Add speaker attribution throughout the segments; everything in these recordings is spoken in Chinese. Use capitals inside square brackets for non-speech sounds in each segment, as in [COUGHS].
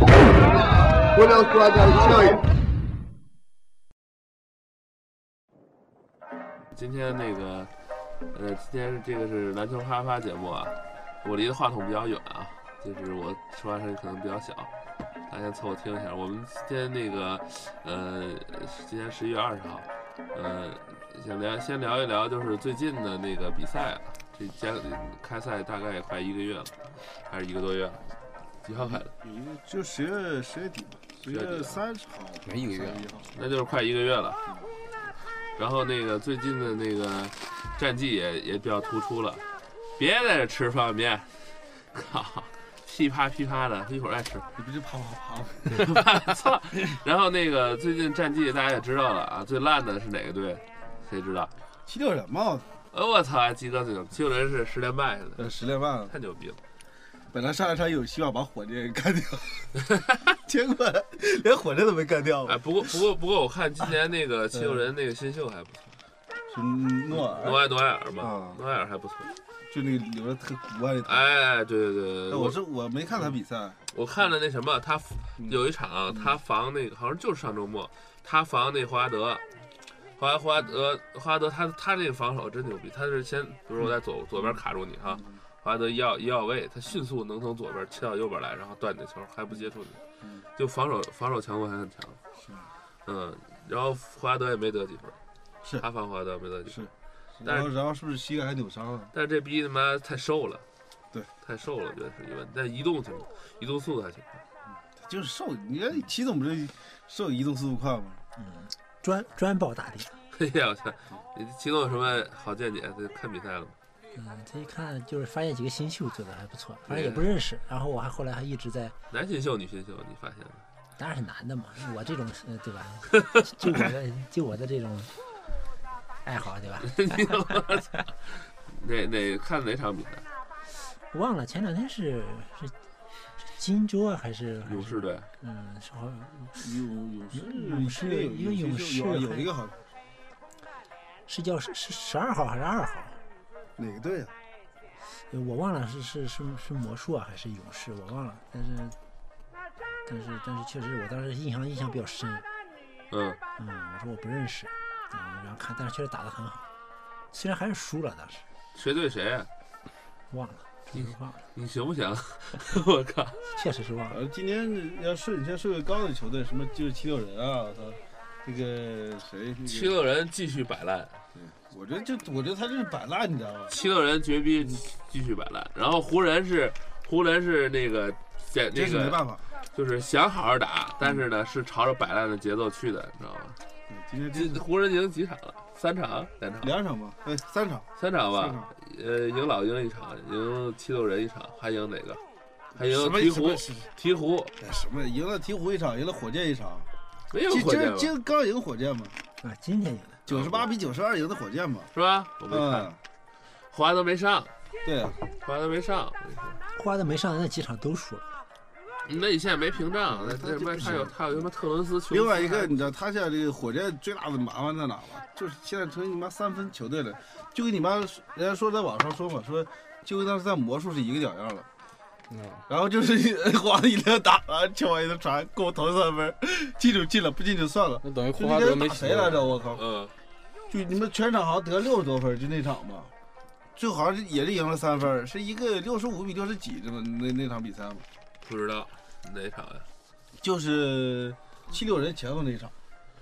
Speaker 1: What else do I gotta tell you?
Speaker 2: 今天那个，呃，今天这个是篮球啪啪节目啊，我离话筒比较远啊，就是我说话声音可能比较小，大家凑合听一下。我们今天那个，呃，今天十一月二十号，呃，想聊先聊一聊就是最近的那个比赛啊，这将开赛大概也快一个月了，还是一个多月了，几号开的？
Speaker 3: 一个就十月十月底吧，十
Speaker 2: 月底
Speaker 3: 月
Speaker 2: 啊
Speaker 3: 三十号，
Speaker 4: 没一个月
Speaker 3: 31号
Speaker 2: 那就是快一个月了。然后那个最近的那个战绩也也比较突出了，别在这吃方便面，靠，噼啪噼啪的，一会儿再吃。 [LAUGHS]
Speaker 3: 你不就啪啪啪吗？
Speaker 2: 操！然后那个最近战绩大家也知道了啊，最烂的是哪个队？谁知道？
Speaker 3: 七六人嘛，
Speaker 2: 呃、我操，鸡哥最牛，七六人是十连败的，
Speaker 3: 呃，十连败了。
Speaker 2: 太牛逼了。
Speaker 3: 本来上一场有希望把火箭干掉， [LAUGHS] 结果连火箭都没干掉
Speaker 2: 哎，，不过不过不过，我看今年那个七六人那个新秀还不错，
Speaker 3: 是诺
Speaker 2: 诺
Speaker 3: 尔，
Speaker 2: 埃诺埃尔嘛
Speaker 3: 嗯，
Speaker 2: 诺埃尔还不错。
Speaker 3: 就那个留着特古怪的头。
Speaker 2: 哎，对对对对对，
Speaker 3: 但我是我没看他比赛，
Speaker 2: 我看了那什么，他
Speaker 3: 嗯
Speaker 2: 有一场他防那个，好像就是上周末，他防那霍华德，霍华霍华德霍华德他他这个防守真牛逼，他是先比如说我在
Speaker 3: 嗯
Speaker 2: 左左边卡住你哈，霍华德一要一要位，他迅速能从左边切到右边来，然后断你的球，还不接触你
Speaker 3: 嗯，
Speaker 2: 就防守防守强度还很强，嗯，然后霍华德也没得几分，
Speaker 3: 是
Speaker 2: 他防霍华德没得几分，
Speaker 3: 是，
Speaker 2: 但
Speaker 3: 然
Speaker 2: 是
Speaker 3: 后然后是不是膝盖还扭伤了？
Speaker 2: 但是这逼他妈太瘦了，
Speaker 3: 对，
Speaker 2: 太瘦了，我觉得是一问题，但移动挺移动速度还行，
Speaker 3: 就是瘦，你看齐总不是瘦移动速度快吗？
Speaker 4: 专专爆打脸。
Speaker 2: [LAUGHS] 哎呀，我操！你秦总有什么好见解？这看比赛了吗？
Speaker 4: 嗯，这一看就是发现几个新秀做的还不错，反正
Speaker 2: 对
Speaker 4: 也不认识。然后我还后来还一直在，
Speaker 2: 男新秀、女新秀，你发现了？
Speaker 4: 当然是男的嘛，我这种呃对吧？就我的就我的这种爱好对吧？
Speaker 2: [LAUGHS] 你我操！哪哪看哪场比赛？
Speaker 4: 我忘了前两天是是是金州啊还是
Speaker 2: 勇士队。
Speaker 4: 嗯是好
Speaker 3: 勇勇
Speaker 4: 勇士
Speaker 3: 有
Speaker 4: 嗯因为勇士
Speaker 3: 有有
Speaker 4: 还
Speaker 3: 一个好像
Speaker 4: 是叫是是十二号还是二号？
Speaker 3: 哪个队啊？
Speaker 4: 呃我忘了是是是是魔术啊还是勇士，我忘了。但是但是但是确实我当时印象印象比较深。
Speaker 2: 嗯，
Speaker 4: 嗯，我说我不认识，嗯，然后看，但是确实打得很好，虽然还是输了，当时
Speaker 2: 谁对谁啊？
Speaker 4: 忘了，真是忘了，
Speaker 2: 你行不行？ [LAUGHS] 我靠！
Speaker 4: 确实是忘了。
Speaker 3: 呃，今年要是你像顺位高的球队，什么就是七六人啊，我操，这个谁？那个
Speaker 2: 七六人继续摆烂，
Speaker 3: 我觉得就我觉得他这是摆烂，你知道吗？
Speaker 2: 七六人绝逼继续摆烂。然后湖人是湖人是那个在
Speaker 3: 这
Speaker 2: 那
Speaker 3: 是没
Speaker 2: 个
Speaker 3: 办法。
Speaker 2: 就是想好好打，但是呢是朝着摆烂的节奏去的，你知道吗？
Speaker 3: 对，今天
Speaker 2: 这
Speaker 3: 这
Speaker 2: 湖人赢几场了？三场？两场？
Speaker 3: 两场吧，哎，三场，
Speaker 2: 三场吧
Speaker 3: 三。场。
Speaker 2: 呃，赢老鹰一场，赢七六人一场，还赢哪个？还赢
Speaker 3: 什么
Speaker 2: 鹈
Speaker 3: 什么
Speaker 2: 鹕，鹈鹕
Speaker 3: 哎什么？赢了鹈鹕一场，赢了火箭一场。
Speaker 2: 没有
Speaker 3: 今
Speaker 2: 火箭
Speaker 3: 今
Speaker 2: 吧
Speaker 3: 今刚赢火箭嘛，
Speaker 4: 啊，今天赢的，
Speaker 3: 九十八比九十二赢的火箭嘛。
Speaker 2: 是吧？我没看
Speaker 3: 嗯，，
Speaker 2: 霍华德没上，
Speaker 3: 对啊，
Speaker 2: 霍华德没上，
Speaker 4: 花的没上的那几场都输了，
Speaker 2: 那你现在没屏障，那
Speaker 3: 那
Speaker 2: 那
Speaker 3: 就
Speaker 2: 他妈
Speaker 3: 不
Speaker 2: 他有
Speaker 3: 行
Speaker 2: 他有他妈特伦斯，
Speaker 3: 另外一个，你知道他现在这个火箭最大的麻烦在哪吗？就是现在成你妈三分球队了，就跟你妈人家说在网上说嘛，说就跟当时在魔术是一个屌样了。
Speaker 5: 嗯
Speaker 3: 然后就是 [LAUGHS] 黄一亮打完球完一个传，给我投三 [LAUGHS] 分，进就进了，不进就算了。
Speaker 5: 那等于
Speaker 3: 就
Speaker 5: 霍华
Speaker 3: 那
Speaker 5: 德
Speaker 3: 天
Speaker 5: 没
Speaker 3: 打谁来着？我靠！
Speaker 2: 嗯，
Speaker 3: 就你们全场好像得六十多分，就那场吧，最好像是也是赢了三分，是一个六十五比六十几这么那那场比赛嘛。
Speaker 2: 不知道哪场呀？
Speaker 3: 就是七六人前后那一场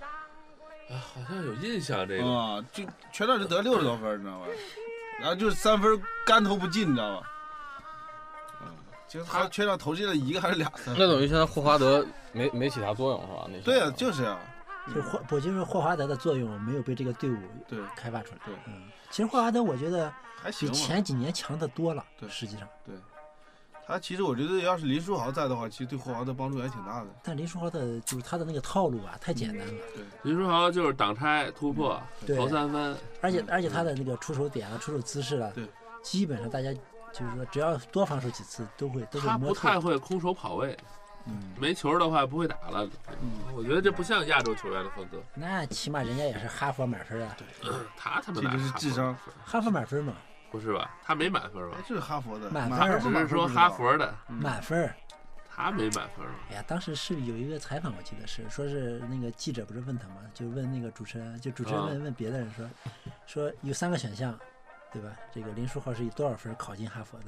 Speaker 2: 啊，好像有印象这个。
Speaker 3: 啊，就全场就得六十多分，你知道吧？然后就是三分干投不进，你知道吧？嗯，就是他全场投进了一个还是俩三
Speaker 5: 那
Speaker 3: 分？
Speaker 5: 等于现在霍华德没没起啥作用是吧？那
Speaker 3: 对啊，就是啊，
Speaker 4: 就是霍，我就是霍华德的作用没有被这个队伍
Speaker 3: 对，
Speaker 4: 开发出来。
Speaker 3: 对
Speaker 4: 嗯，其实霍华德我觉得
Speaker 3: 还行
Speaker 4: 比
Speaker 3: 吧。
Speaker 4: 前几年强的多了。
Speaker 3: 对
Speaker 4: 实际上，
Speaker 3: 他其实我觉得，要是林书豪在的话，其实对霍华德帮助也挺大的。
Speaker 4: 但林书豪的就是他的那个套路啊，太简单了。
Speaker 3: 嗯
Speaker 2: 林书豪就是挡拆突破
Speaker 4: 对
Speaker 2: 投三分，
Speaker 4: 而且
Speaker 3: 嗯
Speaker 4: 而且他的那个出手点啊、出手姿势啊，
Speaker 3: 对，
Speaker 4: 基本上大家就是说只要多防守几次，都会都会
Speaker 2: 他
Speaker 4: 摸
Speaker 2: 不
Speaker 4: 透
Speaker 2: 太。会空手跑位，
Speaker 4: 嗯，
Speaker 2: 没球的话不会打了。
Speaker 3: 嗯，
Speaker 2: 我觉得这不像亚洲球员的风格， [CLEARS THROAT]
Speaker 4: 那起码人家也是哈佛满分啊，
Speaker 2: 他他妈
Speaker 3: 这
Speaker 2: 哪
Speaker 3: 就是
Speaker 2: 哈佛
Speaker 3: 智商，
Speaker 4: 哈佛满分嘛，
Speaker 2: 不是吧？他没满分吧
Speaker 3: 哎？这是哈佛的，
Speaker 4: 满分
Speaker 3: 还
Speaker 4: 儿
Speaker 3: 不
Speaker 2: 只
Speaker 3: 满
Speaker 2: 是
Speaker 3: 分不
Speaker 2: 说
Speaker 3: 知
Speaker 2: 哈
Speaker 3: 道
Speaker 2: 佛的，
Speaker 4: 满分儿。
Speaker 2: 他没满分吧？
Speaker 4: 嗯哎呀，当时是有一个采访，我记得是说是那个记者不是问他嘛，就问那个主持人，就主持人问、问别的人说，说有三个选项，对吧？这个林书豪是以多少分考进哈佛的？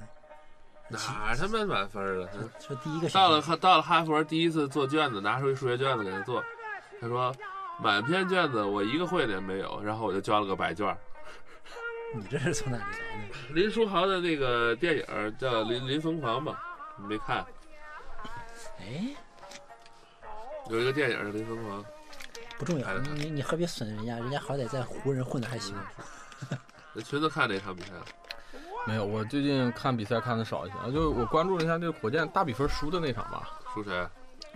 Speaker 2: 哪他妈满分了？
Speaker 4: 说说第一个选
Speaker 2: 到了
Speaker 4: 项，
Speaker 2: 哈到了哈佛，第一次做卷子，拿出一数学卷子给他做，他说满篇卷子我一个会的也没有，然后我就交了个白卷儿。
Speaker 4: 你这是从哪里来的？
Speaker 2: 林书豪的那个电影儿叫《林林疯狂》嘛，你没看？
Speaker 4: 哎，
Speaker 2: 有一个电影儿《林疯狂》，
Speaker 4: 不重
Speaker 2: 看
Speaker 4: 要，
Speaker 2: 了看
Speaker 4: 你你何必损人家？人家好歹在湖人混的还行。
Speaker 2: 那裙子看哪场比赛啊了？
Speaker 5: 没有，我最近看比赛看的少一些，啊就我关注了一下这个火箭大比分输的那场吧，
Speaker 2: 输谁？啊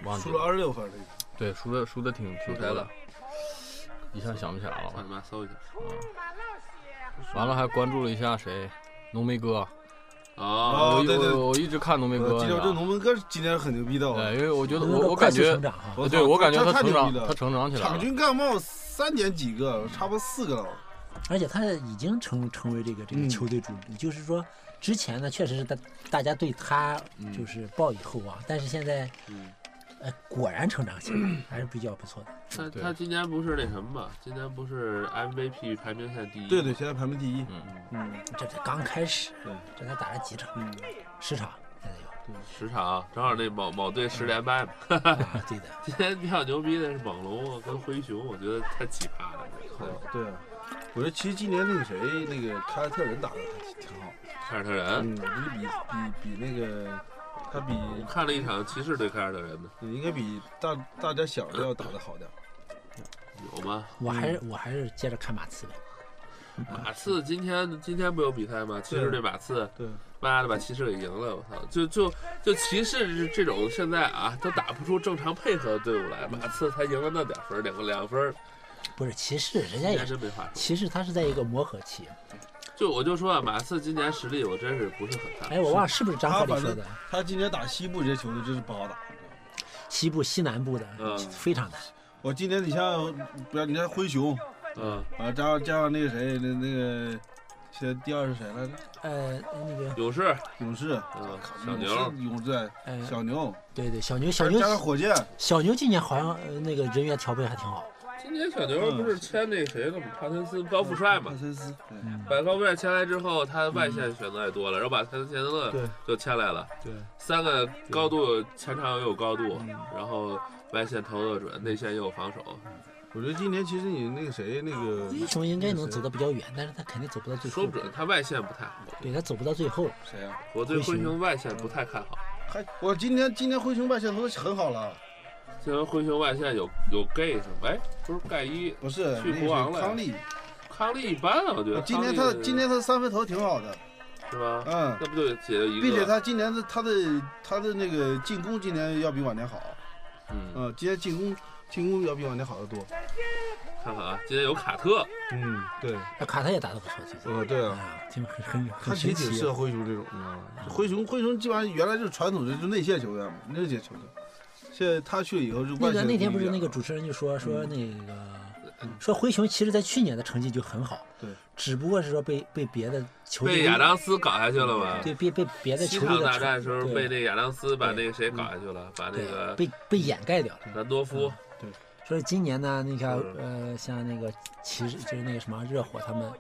Speaker 5: 忘记
Speaker 3: 输了
Speaker 5: 了，
Speaker 3: 二十六分这个。
Speaker 5: 对，输的输的挺挺
Speaker 2: 输谁
Speaker 5: 多的
Speaker 2: 了，
Speaker 5: 一下想不起来
Speaker 2: 我他
Speaker 5: 了。
Speaker 2: 妈搜一下。
Speaker 5: 完了还关注了一下谁，浓眉哥，
Speaker 2: 哦，
Speaker 3: 哦
Speaker 5: 我一
Speaker 3: 对对
Speaker 5: 我我一直看浓眉哥
Speaker 3: 呃，
Speaker 5: 呢，
Speaker 3: 金牛这浓眉哥今年很牛逼的，哦
Speaker 5: 对，因为我觉得
Speaker 4: 那个
Speaker 5: 我我
Speaker 4: 快
Speaker 5: 感
Speaker 4: 速
Speaker 5: 觉
Speaker 4: 成，长啊哈，
Speaker 3: 我
Speaker 5: 对我感觉他
Speaker 3: 太
Speaker 5: 成
Speaker 3: 牛逼
Speaker 5: 长
Speaker 3: 了
Speaker 5: 他，成长起来
Speaker 3: 场
Speaker 5: 了，
Speaker 3: 均盖帽三点几个，差不多四个了。
Speaker 4: 而且他已经成成为这个这个
Speaker 3: 嗯
Speaker 4: 球队主力，就是说之前呢确实是大大家对他
Speaker 3: 嗯
Speaker 4: 就是抱以厚望，但是现在，
Speaker 2: 嗯
Speaker 4: 呃，果然成长起来还是比较不错的。
Speaker 2: 他
Speaker 5: 对
Speaker 2: 他今年不是那什么嘛？今年不是 MVP 排名线第一？
Speaker 3: 对对，，现在排名第一。
Speaker 5: 嗯，
Speaker 3: 嗯
Speaker 4: 这才刚开始
Speaker 3: 对，
Speaker 4: 这才打了几场，
Speaker 3: 嗯，
Speaker 4: 十场现在有
Speaker 2: 十场正好那某某队十连败嘛。
Speaker 3: [LAUGHS]
Speaker 4: 啊，对的，
Speaker 2: 今天比较牛逼的是猛龙啊跟灰熊，我觉得太奇葩了。
Speaker 3: 对，啊我觉得其实今年那个谁，那个凯尔特人打的还挺好。
Speaker 2: 凯尔特人，
Speaker 3: 嗯，我觉得比比比那个他比
Speaker 2: 我看了一场骑士对凯尔特人的，
Speaker 3: 应该比大大家想的要打的好点。
Speaker 2: 有吗？
Speaker 4: 我还
Speaker 3: 嗯
Speaker 4: 是我还是接着看马刺呗。
Speaker 2: 马刺今天今天不有比赛吗？骑士对马刺，
Speaker 3: 对，
Speaker 2: 妈的把骑士给赢了，我操！就就就骑士这种现在啊，都打不出正常配合的队伍来，马刺才赢了那点分儿，两个两分儿，
Speaker 4: 不是骑士，人家
Speaker 2: 还
Speaker 4: 也是
Speaker 2: 真没话说。
Speaker 4: 骑士，他是在一个磨合期。
Speaker 2: 就我就说啊，马刺今年实力我真是不是很看
Speaker 4: 哎，我忘了是不是张
Speaker 3: 他
Speaker 4: 鹤里
Speaker 3: 反
Speaker 4: 说
Speaker 3: 正
Speaker 4: 的，
Speaker 3: 他今年打西部这些球队真是不好打。
Speaker 4: 西部西南部的、
Speaker 2: 嗯
Speaker 4: 非常难。
Speaker 3: 我今年你像，不要你像灰熊，
Speaker 2: 嗯，
Speaker 3: 啊，加上加上那个谁，那那个现在第二是谁来着？
Speaker 4: 呃，那个
Speaker 2: 勇士，
Speaker 3: 勇士，
Speaker 2: 嗯，小
Speaker 3: 勇士
Speaker 2: 牛，
Speaker 3: 勇士，
Speaker 4: 呃，
Speaker 3: 小牛，
Speaker 4: 对对，小牛小牛
Speaker 3: 加上火箭，
Speaker 4: 小牛今年好像呃那个人员调配还挺好，
Speaker 2: 今年小牛不是签那谁了吗？帕森斯高富帅嘛
Speaker 3: 帕。森斯，对
Speaker 2: 把高富帅签来之后，他外线选择也多了，然后把泰森钱德勒
Speaker 3: 对
Speaker 2: 就签来了。
Speaker 3: 对，嗯
Speaker 2: 三个高度前场又有高度，然后外线投得准，内线又有防守。
Speaker 3: 我觉得今年其实你那个谁，那个
Speaker 4: 灰熊应该能走得比较远，但是他肯定走不到最后
Speaker 2: 说，不准他外线不太好，
Speaker 4: 对他走不到最后。
Speaker 3: 谁啊？
Speaker 2: 我对
Speaker 4: 灰
Speaker 2: 灰
Speaker 4: 熊
Speaker 2: 熊外线不太看好。
Speaker 3: 还我今年今年灰熊外线投得很好了，
Speaker 2: 现在灰熊外线有有 gay 什么？哎，不是盖伊，
Speaker 3: 不是
Speaker 2: 去
Speaker 3: 那
Speaker 2: 国王
Speaker 3: 个
Speaker 2: 了
Speaker 3: 谁康利，哦
Speaker 2: 康利一般啊，我觉得。
Speaker 3: 今年他
Speaker 2: 康
Speaker 3: 的
Speaker 2: 利
Speaker 3: 今年他的三分投得挺好的，
Speaker 2: 是吧？
Speaker 3: 嗯，
Speaker 2: 那不就解决一个？
Speaker 3: 并且他今年的他的他的那个进攻今年要比往年好，
Speaker 2: 嗯，
Speaker 3: 嗯，今年进攻进攻要比往年好得多，
Speaker 2: 看看啊，今年有卡特，
Speaker 3: 嗯，对，
Speaker 4: 那卡特也打得不错，最近
Speaker 2: 嗯
Speaker 3: 呃，对啊。
Speaker 4: 啊，挺很很
Speaker 3: 他
Speaker 4: 很
Speaker 3: 其
Speaker 4: 神
Speaker 3: 实挺
Speaker 4: 奇啊
Speaker 3: 适。合灰熊这种，你知道吗？灰熊灰熊基本上原来就是传统的就内线球员嘛，内线球员。现在他去以后就
Speaker 4: 那
Speaker 3: 外
Speaker 4: 个
Speaker 3: 线
Speaker 4: 那天不是
Speaker 3: 一
Speaker 4: 那
Speaker 3: 点
Speaker 4: 个
Speaker 3: 了
Speaker 4: 主持人就说说
Speaker 2: 嗯
Speaker 4: 那个、说灰熊其实在去年的成绩就很好，
Speaker 3: 对，
Speaker 4: 只不过是说被被别的球队
Speaker 2: 被亚当斯搞下去了吗？
Speaker 4: 对被被别的
Speaker 2: 七
Speaker 4: 球队
Speaker 2: 场
Speaker 4: 的
Speaker 2: 大战的时候
Speaker 4: 对嗯
Speaker 2: 被那亚当斯把那个谁搞下去了，把那
Speaker 4: 对
Speaker 2: 个
Speaker 4: 被被掩盖掉了。
Speaker 2: 兰多夫，
Speaker 4: 所以今年呢，那个
Speaker 2: 是
Speaker 4: 呃，像那个骑士，就是那个什么热火他们，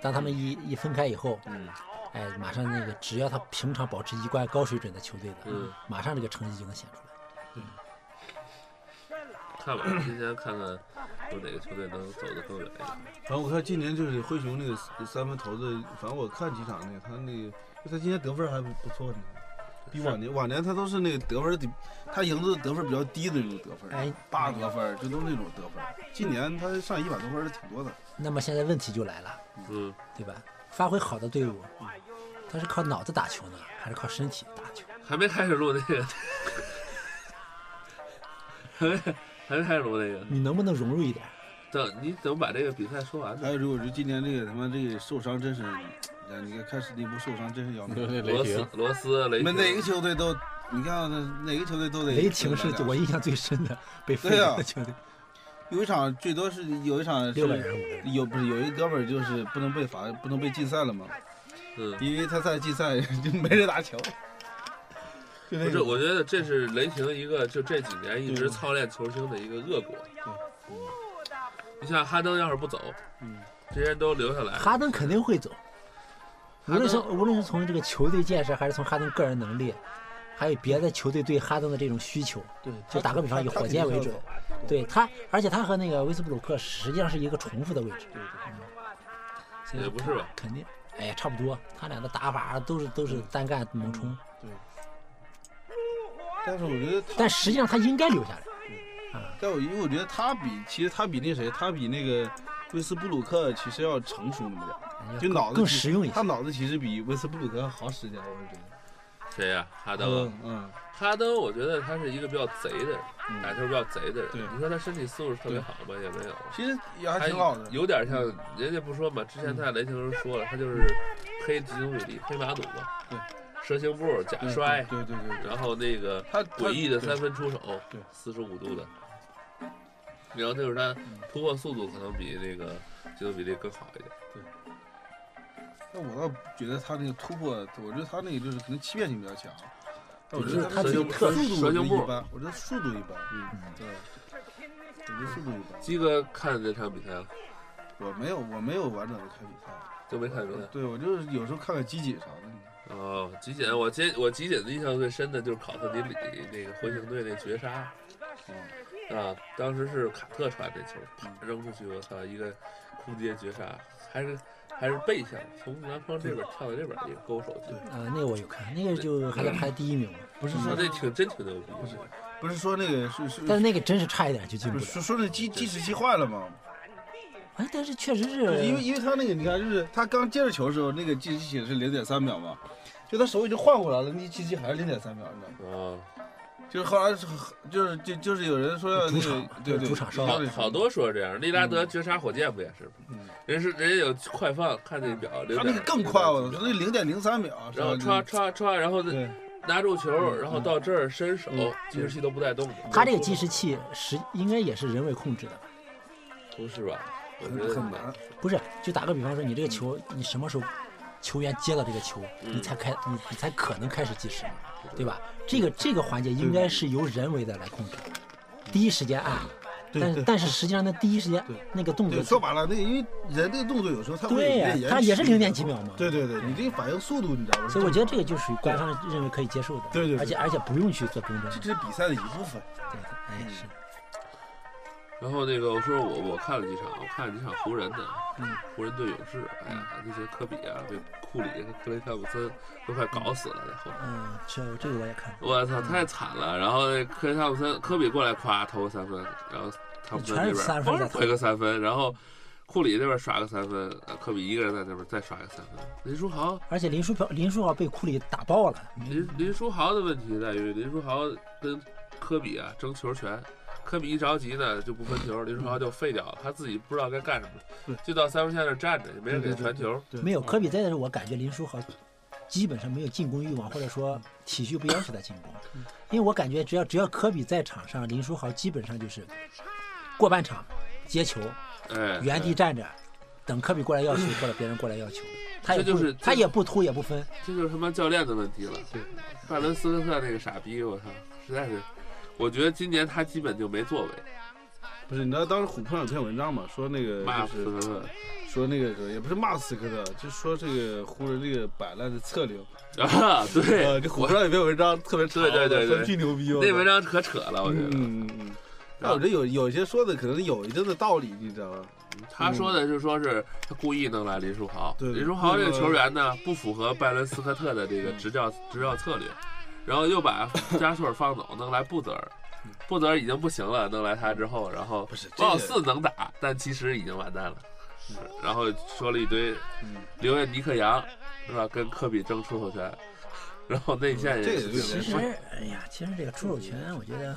Speaker 4: 当他们一一分开以后，
Speaker 2: 嗯，
Speaker 4: 哎，马上那个只要他平常保持一贯高水准的球队的，
Speaker 2: 嗯
Speaker 4: 马上这个成绩就能显出来。
Speaker 2: 看吧，今天看看有哪个球队能走得更远一点。
Speaker 3: 反正我看今年就是灰熊那个三分投的，反正我看几场那个他那个，他今年得分还不错呢，比往年往年他都是那个得分得，他赢的得分比较低的那种得
Speaker 4: 哎
Speaker 3: 分，八得分这都是那种得分。今年他上一百多分儿的挺多的，
Speaker 4: 那么现在问题就来了，
Speaker 2: 嗯，
Speaker 4: 对吧？发挥好的队伍，他是靠脑子打球呢，还是靠身体打球？
Speaker 2: 还没开始录那个， [LAUGHS] 还没还没开始录那个。
Speaker 4: 你能不能融入一点？
Speaker 2: 等你等把这个比赛说完吧
Speaker 3: 还。有哎如果是今年这个他妈这个受伤真是，哎你看开始那波受伤真是要命。
Speaker 5: 就是那雷
Speaker 2: 罗斯
Speaker 5: 霆，、
Speaker 2: 罗斯、雷
Speaker 3: 你们哪
Speaker 2: 霆
Speaker 3: 个，球队都，你看那哪个球队都得
Speaker 2: 嗯
Speaker 4: 雷霆是
Speaker 3: 得打
Speaker 4: 我印象最深的被废
Speaker 3: 对啊
Speaker 4: 了的球队，
Speaker 3: 有一场最多是有一场
Speaker 4: 六个
Speaker 3: 是
Speaker 4: 人五个人，
Speaker 3: 有不是有一哥们儿就是不能被罚不能被禁赛了嘛，
Speaker 2: 嗯，
Speaker 3: 因为他在禁赛就没人打球，就
Speaker 2: 不
Speaker 3: 那
Speaker 2: 是，
Speaker 3: 个
Speaker 2: 我觉得这是雷霆一个就这几年一直
Speaker 3: 哎对
Speaker 2: 操练球星的一个恶果。你像哈登要是不走，
Speaker 3: 嗯，
Speaker 2: 这些人都留下来，
Speaker 4: 哈登肯定会走。无
Speaker 2: 哈
Speaker 4: 论是
Speaker 2: 登
Speaker 4: 无论是从这个球队建设，还是从哈登个人能力，还有别的球队对哈登的这种需求，
Speaker 3: 对，
Speaker 4: 就打个比方，以火箭为准，
Speaker 3: 啊
Speaker 4: 对他，而且他和那个威斯布鲁克实际上是一个重复的位置，所以
Speaker 2: 也不是吧？
Speaker 4: 肯定，哎呀，差不多，他俩的打法都是都是单干猛冲，
Speaker 3: 对。 [LAUGHS] 但是我觉得他，
Speaker 4: 但实际上他应该留下来，
Speaker 3: 但我因为我觉得他比其实他比那谁，他比那个威斯布鲁克其实要成熟那么点儿，
Speaker 4: 人家
Speaker 3: 就脑子
Speaker 4: 哎更
Speaker 3: 其实
Speaker 4: 实用一些
Speaker 3: 他脑子其实比威斯布鲁克好使点儿，我是觉得。
Speaker 2: 谁呀、哈登啊。
Speaker 3: 嗯嗯，
Speaker 2: 哈登，我觉得他是一个比较贼的人，
Speaker 3: 嗯
Speaker 2: 打球比较贼的人。
Speaker 3: 对
Speaker 2: 你说他身体素质特别好吧，也没有。
Speaker 3: 其实也还
Speaker 2: 他
Speaker 3: 挺好的。嗯
Speaker 2: 有点像人家不说嘛，之前他在雷霆时候说了，他就是黑集中主义、黑马赌嘛，
Speaker 3: 对，
Speaker 2: 蛇形步、假
Speaker 3: 对
Speaker 2: 摔，
Speaker 3: 对对对对，
Speaker 2: 然后那个
Speaker 3: 他
Speaker 2: 诡异的
Speaker 3: 他
Speaker 2: 三分出手
Speaker 3: 对，
Speaker 2: 四十五度的，然后就是他
Speaker 3: 嗯
Speaker 2: 突破速度可能比那个吉诺比利更好一点。
Speaker 3: 那我倒觉得他那个突破，我觉得他那个就是可能欺骗性比较强。但我觉
Speaker 4: 就是
Speaker 3: 得
Speaker 4: 他
Speaker 3: 那
Speaker 4: 自己
Speaker 3: 个
Speaker 4: 特
Speaker 3: 速度
Speaker 2: 蛇
Speaker 3: 我觉
Speaker 2: 形
Speaker 3: 得
Speaker 2: 步
Speaker 3: 一般，我觉得速度一般。嗯，对，我觉得速度一般。
Speaker 2: 鸡哥看这场比赛啊了，
Speaker 3: 我没有，我没有完整的看比赛。
Speaker 2: 就没看出来。
Speaker 3: 对，我就是有时候看看集锦啥的。
Speaker 2: 哦，集锦，我集我集锦的印象最深的就是考特林里那个灰熊队那绝杀，啊，当时是卡特传那球，啪
Speaker 3: 嗯
Speaker 2: 扔出去，我操，一个空接绝杀，还是还是背向，从篮筐这边跳到这边一个勾手进，
Speaker 4: 啊、那个我有看，那个就还在排第一名嘛，
Speaker 3: 不是
Speaker 2: 说
Speaker 3: 说
Speaker 2: 这啊挺真挺牛逼，
Speaker 3: 不是说那个是是，
Speaker 4: 但是那个真是差一点就进不
Speaker 3: 不
Speaker 4: 了
Speaker 3: 是，说说那计计时器坏了吗？
Speaker 4: 哎，但是确实是
Speaker 3: 就是因为因为他那个你看，就是他刚接着球的时候，那个计时器是零点三秒嘛，就他手已经换过来了，那计时器还是零点三秒，你知道吗？
Speaker 2: 啊，
Speaker 3: 就是后来是就是就就是有人说要那
Speaker 4: 主场
Speaker 3: 个对对
Speaker 4: 主场烧
Speaker 2: 好
Speaker 4: 到
Speaker 3: 嗯
Speaker 2: 好多说这样，利拉德绝杀火箭不也是吗？人是人家有快放，看那表，
Speaker 3: 嗯他那个更快，我操，那零点零三秒，啊
Speaker 2: 然后歘歘歘，然后
Speaker 3: 对嗯
Speaker 2: 拿住球，然后到这儿伸手，计时器都不带动的。
Speaker 4: 他这个计时器实应该也是人为控制的吧，
Speaker 2: 不是吧？我觉
Speaker 3: 很
Speaker 2: 得
Speaker 3: 很难，
Speaker 4: 不是，就打个比方说，你这个球，你什么时候球员接到这个球，你才开，你你才可能开始计时嘛，对吧？这个这个环节应该是由人为的来控制，第一时间按，但是
Speaker 3: 对
Speaker 4: 但是实际上那第一时间
Speaker 3: 对
Speaker 4: 那个动作
Speaker 3: 对，，说白了，那个因为人这个动作有时候他会
Speaker 4: 对
Speaker 3: 有
Speaker 4: 呀
Speaker 3: 点延，
Speaker 4: 他也是
Speaker 3: 迟
Speaker 4: 零点几秒嘛，
Speaker 3: 对对对，你这个反应速度你知道吗？
Speaker 4: 所以我觉得这个就属于官方认为可以接受的，
Speaker 3: 对对对
Speaker 4: 而且而且不用去做更正，
Speaker 3: 这是比赛的一部分。
Speaker 4: 对，
Speaker 3: 嗯
Speaker 4: 哎是，
Speaker 2: 然后那个我说我我看了几场，我看了几场湖人的，
Speaker 3: 嗯
Speaker 2: 湖人对勇士，哎呀，那些科比啊，被库里和克雷汤普森都快搞死了，在后面。
Speaker 4: 嗯，这这个我也看过，
Speaker 2: 我操，太惨了！然后那克雷汤普森，科比过来夸投个三分，然后汤普森
Speaker 4: 全
Speaker 2: 那
Speaker 4: 是
Speaker 2: 边
Speaker 4: 三分在
Speaker 2: 哐
Speaker 4: 投
Speaker 2: 回个三分，然后库里这边刷个三分，呃科比一个人在那边再刷个三分。林书豪，
Speaker 4: 而且林书豪林书豪被库里打爆了，
Speaker 2: 林林书豪的问题在于，林书豪跟科比啊争球权，科比一着急呢就不分球，林书豪就废掉了，他自己不知道该干什么
Speaker 3: 对，
Speaker 2: 就到三分线那儿站着，也没人给他传球。
Speaker 3: 对
Speaker 4: 没有科比在的时候，我感觉林书豪基本上没有进攻欲望，或者说体恤不要求他进攻，
Speaker 3: 嗯
Speaker 4: 因为我感觉只要只要科比在场上，林书豪基本上就是过半场接球，
Speaker 2: 哎，
Speaker 4: 原地站着，等科比过来要球或者别人过来要
Speaker 3: [CLEARS THROAT]
Speaker 4: 球，他也
Speaker 2: 这就
Speaker 4: 不
Speaker 2: 是
Speaker 4: 他也不突也不分，
Speaker 2: 这就是他妈教练的问题了。范伦斯科特那个傻逼，我操，实在是，我觉得今年他基本就没作为。
Speaker 3: 不是，你知道当时虎扑上有篇文章嘛，说那个
Speaker 2: 骂
Speaker 3: 就
Speaker 2: 斯科
Speaker 3: 是
Speaker 2: 特，
Speaker 3: 说那个也不是骂斯科特，就说这个湖人这个摆烂的策略。
Speaker 2: 啊，对
Speaker 3: 哎呃，这虎扑上有篇文章特别
Speaker 2: [LAUGHS]
Speaker 3: 长，
Speaker 2: 对对对对
Speaker 3: 巨牛逼哦！
Speaker 2: 那文章可扯了，我觉得。
Speaker 3: 嗯嗯嗯，但我觉得有有些说的可能有一定的道理，你知道吧？
Speaker 2: 他说的是说是他故意弄来林书豪，
Speaker 3: 嗯对
Speaker 2: 林书豪这个
Speaker 3: 那个嗯
Speaker 2: 球员呢不符合拜伦斯科特的这个执教执教策略，然后又把加索尔放走，弄来布泽尔，布泽尔已经不行了，弄来他之后，然后
Speaker 3: 嗯不是这
Speaker 2: 鲍尔
Speaker 3: 个嗯
Speaker 2: 四能打，但其实已经完蛋了，然后说了一堆留下尼克杨是吧，跟科比争出手权， [LAUGHS] 然后内线也
Speaker 3: 这个
Speaker 2: 是
Speaker 3: 就是
Speaker 4: 其实，哎呀，其实这个出手权，我觉得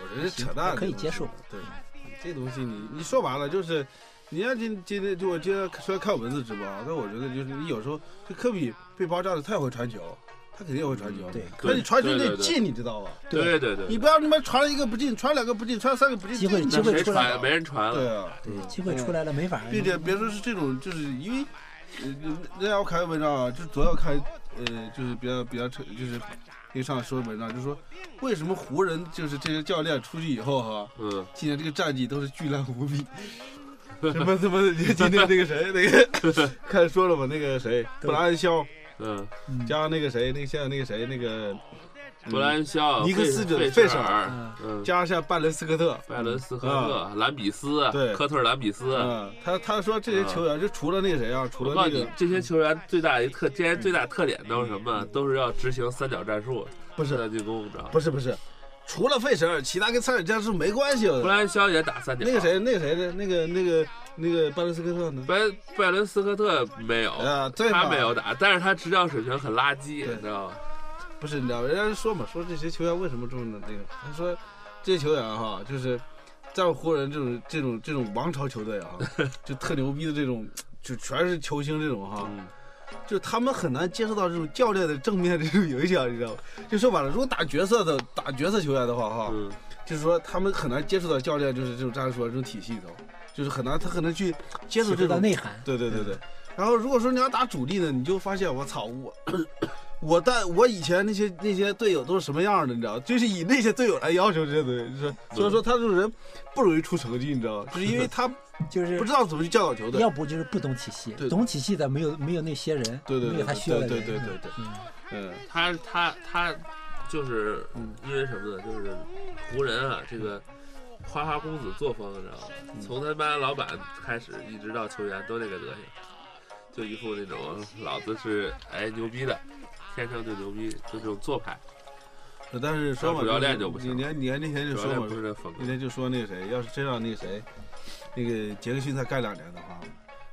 Speaker 3: 我觉得扯淡，
Speaker 4: 可以接受。
Speaker 3: 对，这东西你你说白了就是，你看今今天就我今天虽然看文字直播，啊，但我觉得就是你有时候这科比被包占了，他也会传球，他肯定也会传球。
Speaker 4: 对
Speaker 3: 可你传
Speaker 2: 嗯
Speaker 3: 球
Speaker 2: 对
Speaker 3: 得
Speaker 2: 对对
Speaker 3: 进，你知道吧？
Speaker 2: 对对对，
Speaker 3: 你不要他妈传一个不进，传两个不进，传三个不进，
Speaker 4: 机会
Speaker 3: 这
Speaker 4: 机
Speaker 2: 那
Speaker 3: 你
Speaker 4: 会
Speaker 2: 谁
Speaker 4: 出来
Speaker 2: 传没人传了，
Speaker 3: 对啊，
Speaker 4: 对机会出来了没法儿，
Speaker 3: 并且别说是这种，就是因为，呃，那天我看一文章啊，就是昨天我看，呃，就是比较比较扯，就是一个上说文章，就是说为什么湖人就是这些教练出去以后哈、
Speaker 2: 嗯，
Speaker 3: 今年这个战绩都是巨烂无比。什么什么？今天那个谁，那个看说了吧，那个谁，布莱恩肖
Speaker 2: 嗯，
Speaker 4: 嗯
Speaker 3: 加上那个谁，那个现在那个谁，那个
Speaker 2: 布兰肖、
Speaker 3: 嗯尼克斯
Speaker 2: 费
Speaker 3: 准
Speaker 2: 费
Speaker 3: 费
Speaker 2: 舍
Speaker 3: 舍
Speaker 2: 尔
Speaker 3: 尔，
Speaker 4: 啊，
Speaker 2: 嗯，
Speaker 3: 加上现在拜伦斯科特，
Speaker 2: 拜伦斯科特、兰比斯、
Speaker 3: 嗯对
Speaker 2: 科特尔兰比斯。
Speaker 3: 嗯，他他说这些球员就除了那个谁啊，除
Speaker 2: 我
Speaker 3: 了
Speaker 2: 告诉
Speaker 3: 那
Speaker 2: 你
Speaker 3: 个，
Speaker 2: 这些球员最大一特，这些最大特点都是什么？都是要执行三角战术，
Speaker 3: 不
Speaker 2: 三
Speaker 3: 是
Speaker 2: 角进攻，你知道吗？
Speaker 3: 不是不是，除了费舍尔，其他跟塞尔加是没关系
Speaker 2: 布
Speaker 3: 的。
Speaker 2: 兰肖也打三角。
Speaker 3: 那个，谁，那个谁的，那个那个那个拜伦斯科特呢？
Speaker 2: 拜拜伦斯科特没有，
Speaker 3: 啊，对吧
Speaker 2: 他没有打，但是他执教水平很垃圾，
Speaker 3: 对
Speaker 2: 你知道吗？
Speaker 3: 不是，你知道人家说嘛，说这些球员为什么这么那个？他说这些球员哈，就是在湖人这种这种这种王朝球队
Speaker 2: [LAUGHS]
Speaker 3: 啊，就特牛逼的这种，就全是球星这种哈，
Speaker 2: 嗯，
Speaker 3: 就他们很难接受到这种教练的正面的这种影响，你知道吗？就说白了，如果打角色的打角色球员的话哈，
Speaker 2: 嗯
Speaker 3: 就是说他们很难接触到教练就是这种战术啊这种体系里头，就是很难他很难去接受这
Speaker 4: 接触到
Speaker 3: 种
Speaker 4: 内涵，
Speaker 3: 对对对对。然后如果说你要打主力呢，你就发现我操我， [COUGHS] 我带我以前那些那些队友都是什么样的，你知道？就是以那些队友来要求这些队，就是所以说他这种人不容易出成绩，你知道吗？就是因为他
Speaker 4: 就是
Speaker 3: 不知道怎么去教导球队
Speaker 4: 要。不就是不懂体系，
Speaker 3: 对
Speaker 4: 懂体系的没有没有那些人，
Speaker 3: 对对
Speaker 4: 没
Speaker 3: 对
Speaker 4: 有他需要的
Speaker 3: 对
Speaker 4: 人，
Speaker 3: 对对对对，
Speaker 4: 嗯，
Speaker 3: 嗯，
Speaker 2: 他他他就是
Speaker 3: 嗯
Speaker 2: 因为什么呢？就是湖人啊，这个花花公子作风，你知道吗？从他妈老板开始，一直到球员都那个德行，就一副那种老子是哎牛逼的，天生就牛逼，就这种做派。
Speaker 3: 但是说嘛，
Speaker 2: 主教练
Speaker 3: 是
Speaker 2: 就不行
Speaker 3: 你看你看那天就
Speaker 2: 主要练
Speaker 3: 说嘛
Speaker 2: 不，是这风格
Speaker 3: 那。天就说那个谁，要是真让那个谁，那个杰克逊再干两年的话，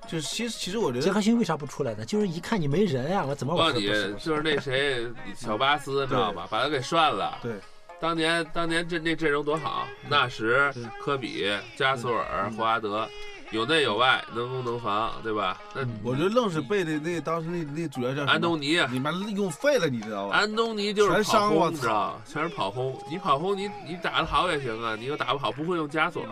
Speaker 3: 就是其实其实我觉
Speaker 4: 杰
Speaker 3: 得
Speaker 4: 克逊为啥不出来呢？就是一看你没人啊，我怎么
Speaker 2: 我
Speaker 4: 玩
Speaker 2: 告
Speaker 4: 儿
Speaker 2: 诉
Speaker 4: 都
Speaker 2: 你
Speaker 4: 不行。，
Speaker 2: 就是那谁小巴斯，知道吧？把他给涮了。
Speaker 3: 对，
Speaker 2: 当年当年这那阵容多好，纳什
Speaker 3: 对、
Speaker 2: 科比、加索尔、霍华德，有内有外，能攻能防，对吧？那
Speaker 3: 嗯我觉得愣是被那那个当时那那主教练
Speaker 2: 安东尼，啊
Speaker 3: 你妈用废了，你知道吧？
Speaker 2: 安东尼就是
Speaker 3: 全
Speaker 2: 跑
Speaker 3: 伤我
Speaker 2: 轰，你知道吗？全是跑轰。你跑轰，你你打得好也行啊，你又打不好，不会用枷锁。